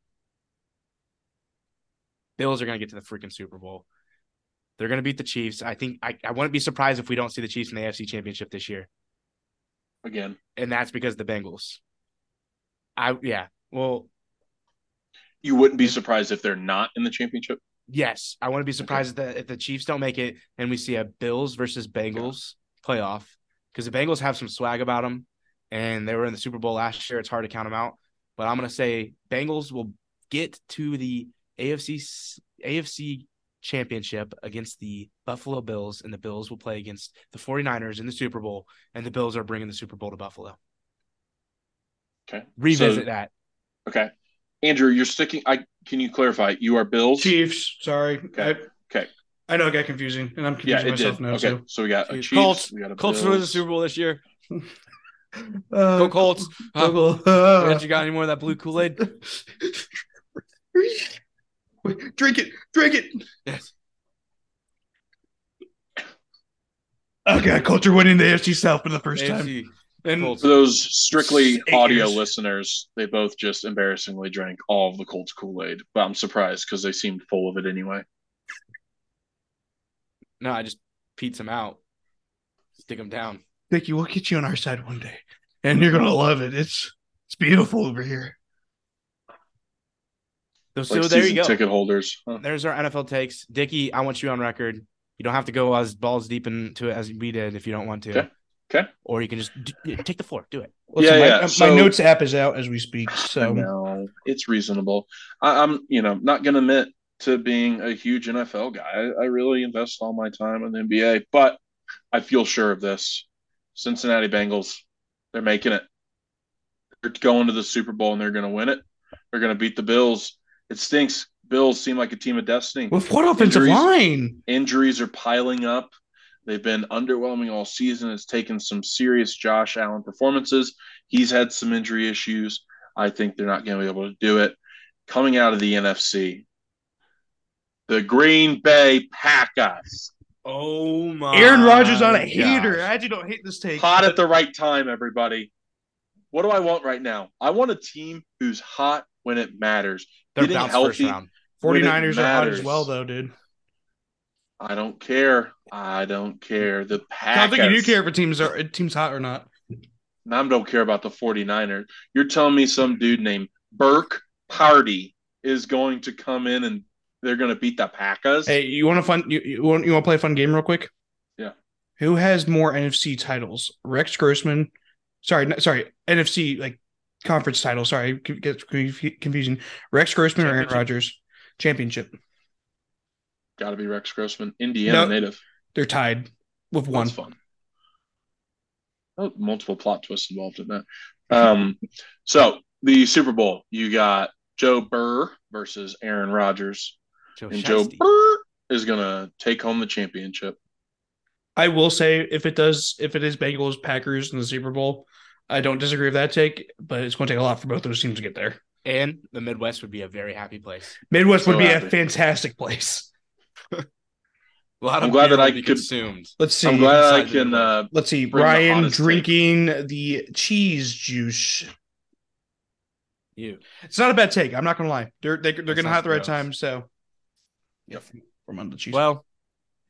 Speaker 1: Bills are going to get to the freaking Super Bowl. They're going to beat the Chiefs. I think I, I wouldn't be surprised if we don't see the Chiefs in the AFC Championship this year
Speaker 3: Again,
Speaker 1: and that's because the Bengals. I yeah. Well,
Speaker 3: you wouldn't be surprised if they're not in the championship.
Speaker 1: yes, I wouldn't be surprised that if the Chiefs don't make it and we see a Bills versus Bengals playoff because the Bengals have some swag about them, and they were in the Super Bowl last year. It's hard to count them out, but I'm gonna say Bengals will get to the AFC s- AFC championship against the Buffalo Bills, and the Bills will play against the 49ers in the Super Bowl, and the Bills are bringing the Super Bowl to Buffalo.
Speaker 3: Okay.
Speaker 1: Revisit
Speaker 3: So-
Speaker 1: that.
Speaker 3: Okay. Andrew, you're sticking. I can you clarify? You are Bills.
Speaker 2: Chiefs. Sorry.
Speaker 3: Okay.
Speaker 2: I,
Speaker 3: Okay.
Speaker 2: I know it got confusing, and I'm
Speaker 3: Yeah,
Speaker 2: confusing
Speaker 3: it
Speaker 2: myself
Speaker 3: did.
Speaker 2: now
Speaker 3: okay,
Speaker 2: too.
Speaker 3: so we got a
Speaker 1: Chiefs.
Speaker 3: Chiefs.
Speaker 1: Colts-
Speaker 3: We got a
Speaker 1: Colts win the
Speaker 3: Bills.
Speaker 1: Super Bowl this year.
Speaker 2: Uh,
Speaker 1: Go Colts. Huh?
Speaker 2: Go
Speaker 3: Uh,
Speaker 1: Grant,
Speaker 2: Colts.
Speaker 1: you got any more of that blue Kool Aid?
Speaker 2: Wait, drink it. Drink it.
Speaker 1: Yes.
Speaker 2: Okay, Colts are winning the AFC South for the first time.
Speaker 1: AFC.
Speaker 2: And
Speaker 1: Colts.
Speaker 3: For those strictly
Speaker 2: Eight
Speaker 3: audio
Speaker 2: years.
Speaker 3: listeners, they both just embarrassingly drank all of the Colts Kool Aid, but I'm surprised because they seemed full of it anyway.
Speaker 1: No, I just peed some out. Stick them down.
Speaker 2: Nicky, we'll get you on our side one day, and you're gonna love it. It's it's beautiful over here.
Speaker 1: So
Speaker 3: Like
Speaker 1: there you
Speaker 3: season
Speaker 1: go.
Speaker 3: ticket holders. Huh.
Speaker 1: There's our NFL takes. Dickie, I want you on record. You don't have to go as balls deep into it as we did if you don't want to.
Speaker 3: Okay. Okay.
Speaker 1: Or you can just d- yeah, take the floor. Do it.
Speaker 2: Listen,
Speaker 3: Yeah,
Speaker 2: my,
Speaker 3: yeah,
Speaker 2: my
Speaker 3: so-
Speaker 2: notes app is out as we speak, so
Speaker 3: no, it's reasonable. I, I'm, you know, not going to admit to being a huge NFL guy. I, I really invest all my time in the NBA, but I feel sure of this. Cincinnati Bengals, they're making it. They're going to the Super Bowl and they're going to win it. They're going to beat the Bills. It stinks. Bills seem like a team of destiny.
Speaker 2: with what offensive
Speaker 3: Injuries.
Speaker 2: line?
Speaker 3: Injuries are piling up. They've been underwhelming all season. It's taken some serious Josh Allen performances. He's had some injury issues. I think they're not going to be able to do it. Coming out of the NFC, the Green Bay Packers.
Speaker 1: Oh my!
Speaker 2: Aaron Rodgers on a
Speaker 1: gosh.
Speaker 2: hater. I actually don't hate this take.
Speaker 3: Ah, Hot at the right time, everybody. What do I want right now? I want a team who's hot when it matters.
Speaker 1: They're
Speaker 3: getting
Speaker 1: bounced first
Speaker 3: healthy.
Speaker 1: round.
Speaker 2: 49ers are hot
Speaker 3: matters.
Speaker 2: as well, though, dude.
Speaker 3: I don't care. I don't care. The
Speaker 2: I
Speaker 3: Packers.
Speaker 2: don't think you do care if a team's are a team's hot or not.
Speaker 3: And I don't care about the 49ers. You're telling me some dude named Burke Party is going to come in and they're going to beat the Packers?
Speaker 2: Hey, you want to fun? You, you want you want to play a fun game real quick?
Speaker 3: Yeah.
Speaker 2: Who has more NFC titles? Rex Grossman. Sorry, not, sorry. NFC like conference title. Sorry, c- gets confu- confusing. Rex Grossman or Aaron
Speaker 1: Championship.
Speaker 2: Rodgers? Championship.
Speaker 3: Got to be Rex Grossman, Indiana
Speaker 2: No.
Speaker 3: native.
Speaker 2: They're tied with one.
Speaker 3: That's fun. Oh, multiple plot twists involved in that. Um, so the Super Bowl, you got Joe Burr versus Aaron Rodgers,
Speaker 1: Joe
Speaker 3: and Joe
Speaker 1: Shiesty.
Speaker 3: Burr is going to take home the championship.
Speaker 2: I will say if it does, if it is Bengals Packers in the Super Bowl, I don't disagree with that take, but it's going to take a lot for both those teams to get there.
Speaker 1: and the Midwest would be a very happy place.
Speaker 2: Midwest would
Speaker 3: So
Speaker 2: be
Speaker 3: happy.
Speaker 2: a fantastic place.
Speaker 1: A lot of
Speaker 3: I'm glad
Speaker 1: beer
Speaker 3: that I
Speaker 1: would be
Speaker 3: could-
Speaker 1: consumed.
Speaker 2: Let's see.
Speaker 3: I'm glad I
Speaker 1: inside the
Speaker 3: can
Speaker 1: Midwest.
Speaker 3: uh,
Speaker 2: Let's see.
Speaker 3: Bring the
Speaker 2: Ryan
Speaker 3: hottest take.
Speaker 2: drinking the cheese juice.
Speaker 1: You.
Speaker 2: It's not a bad take. I'm not going to lie. They're they, they're
Speaker 1: That
Speaker 2: going to
Speaker 1: sounds
Speaker 2: have the right
Speaker 1: gross.
Speaker 2: time. So,
Speaker 3: Yep.
Speaker 2: from under the cheese.
Speaker 1: Well,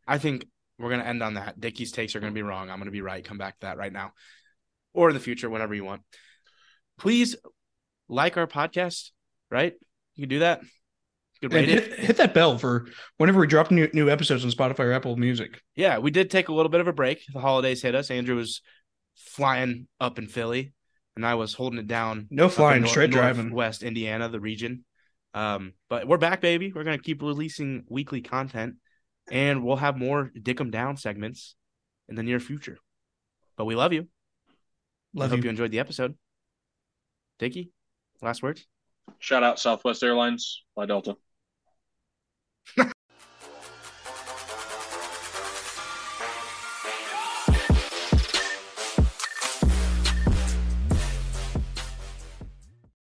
Speaker 1: I think we're gonna end on that. Dickie's takes are gonna be wrong. I'm gonna be right. Come back to that right now, or in the future, whenever you want. Please like our podcast. Right, you can do that. You can
Speaker 2: and
Speaker 1: rate it.
Speaker 2: hit, hit that bell for whenever we drop new new episodes on Spotify or Apple Music.
Speaker 1: Yeah, we did take a little bit of a break. The holidays hit us. Andrew was flying up in Philly, and I was holding it down.
Speaker 2: No
Speaker 1: up
Speaker 2: flying,
Speaker 1: in
Speaker 2: straight driving.
Speaker 1: West Indiana, the region. Um, but we're back, baby. We're gonna keep releasing weekly content, and we'll have more Dick 'em Down segments in the near future. But we love you. I
Speaker 2: Love
Speaker 1: hope
Speaker 2: you.
Speaker 1: you. enjoyed the episode. Dickie, last words.
Speaker 3: shout out Southwest Airlines, Fly Delta.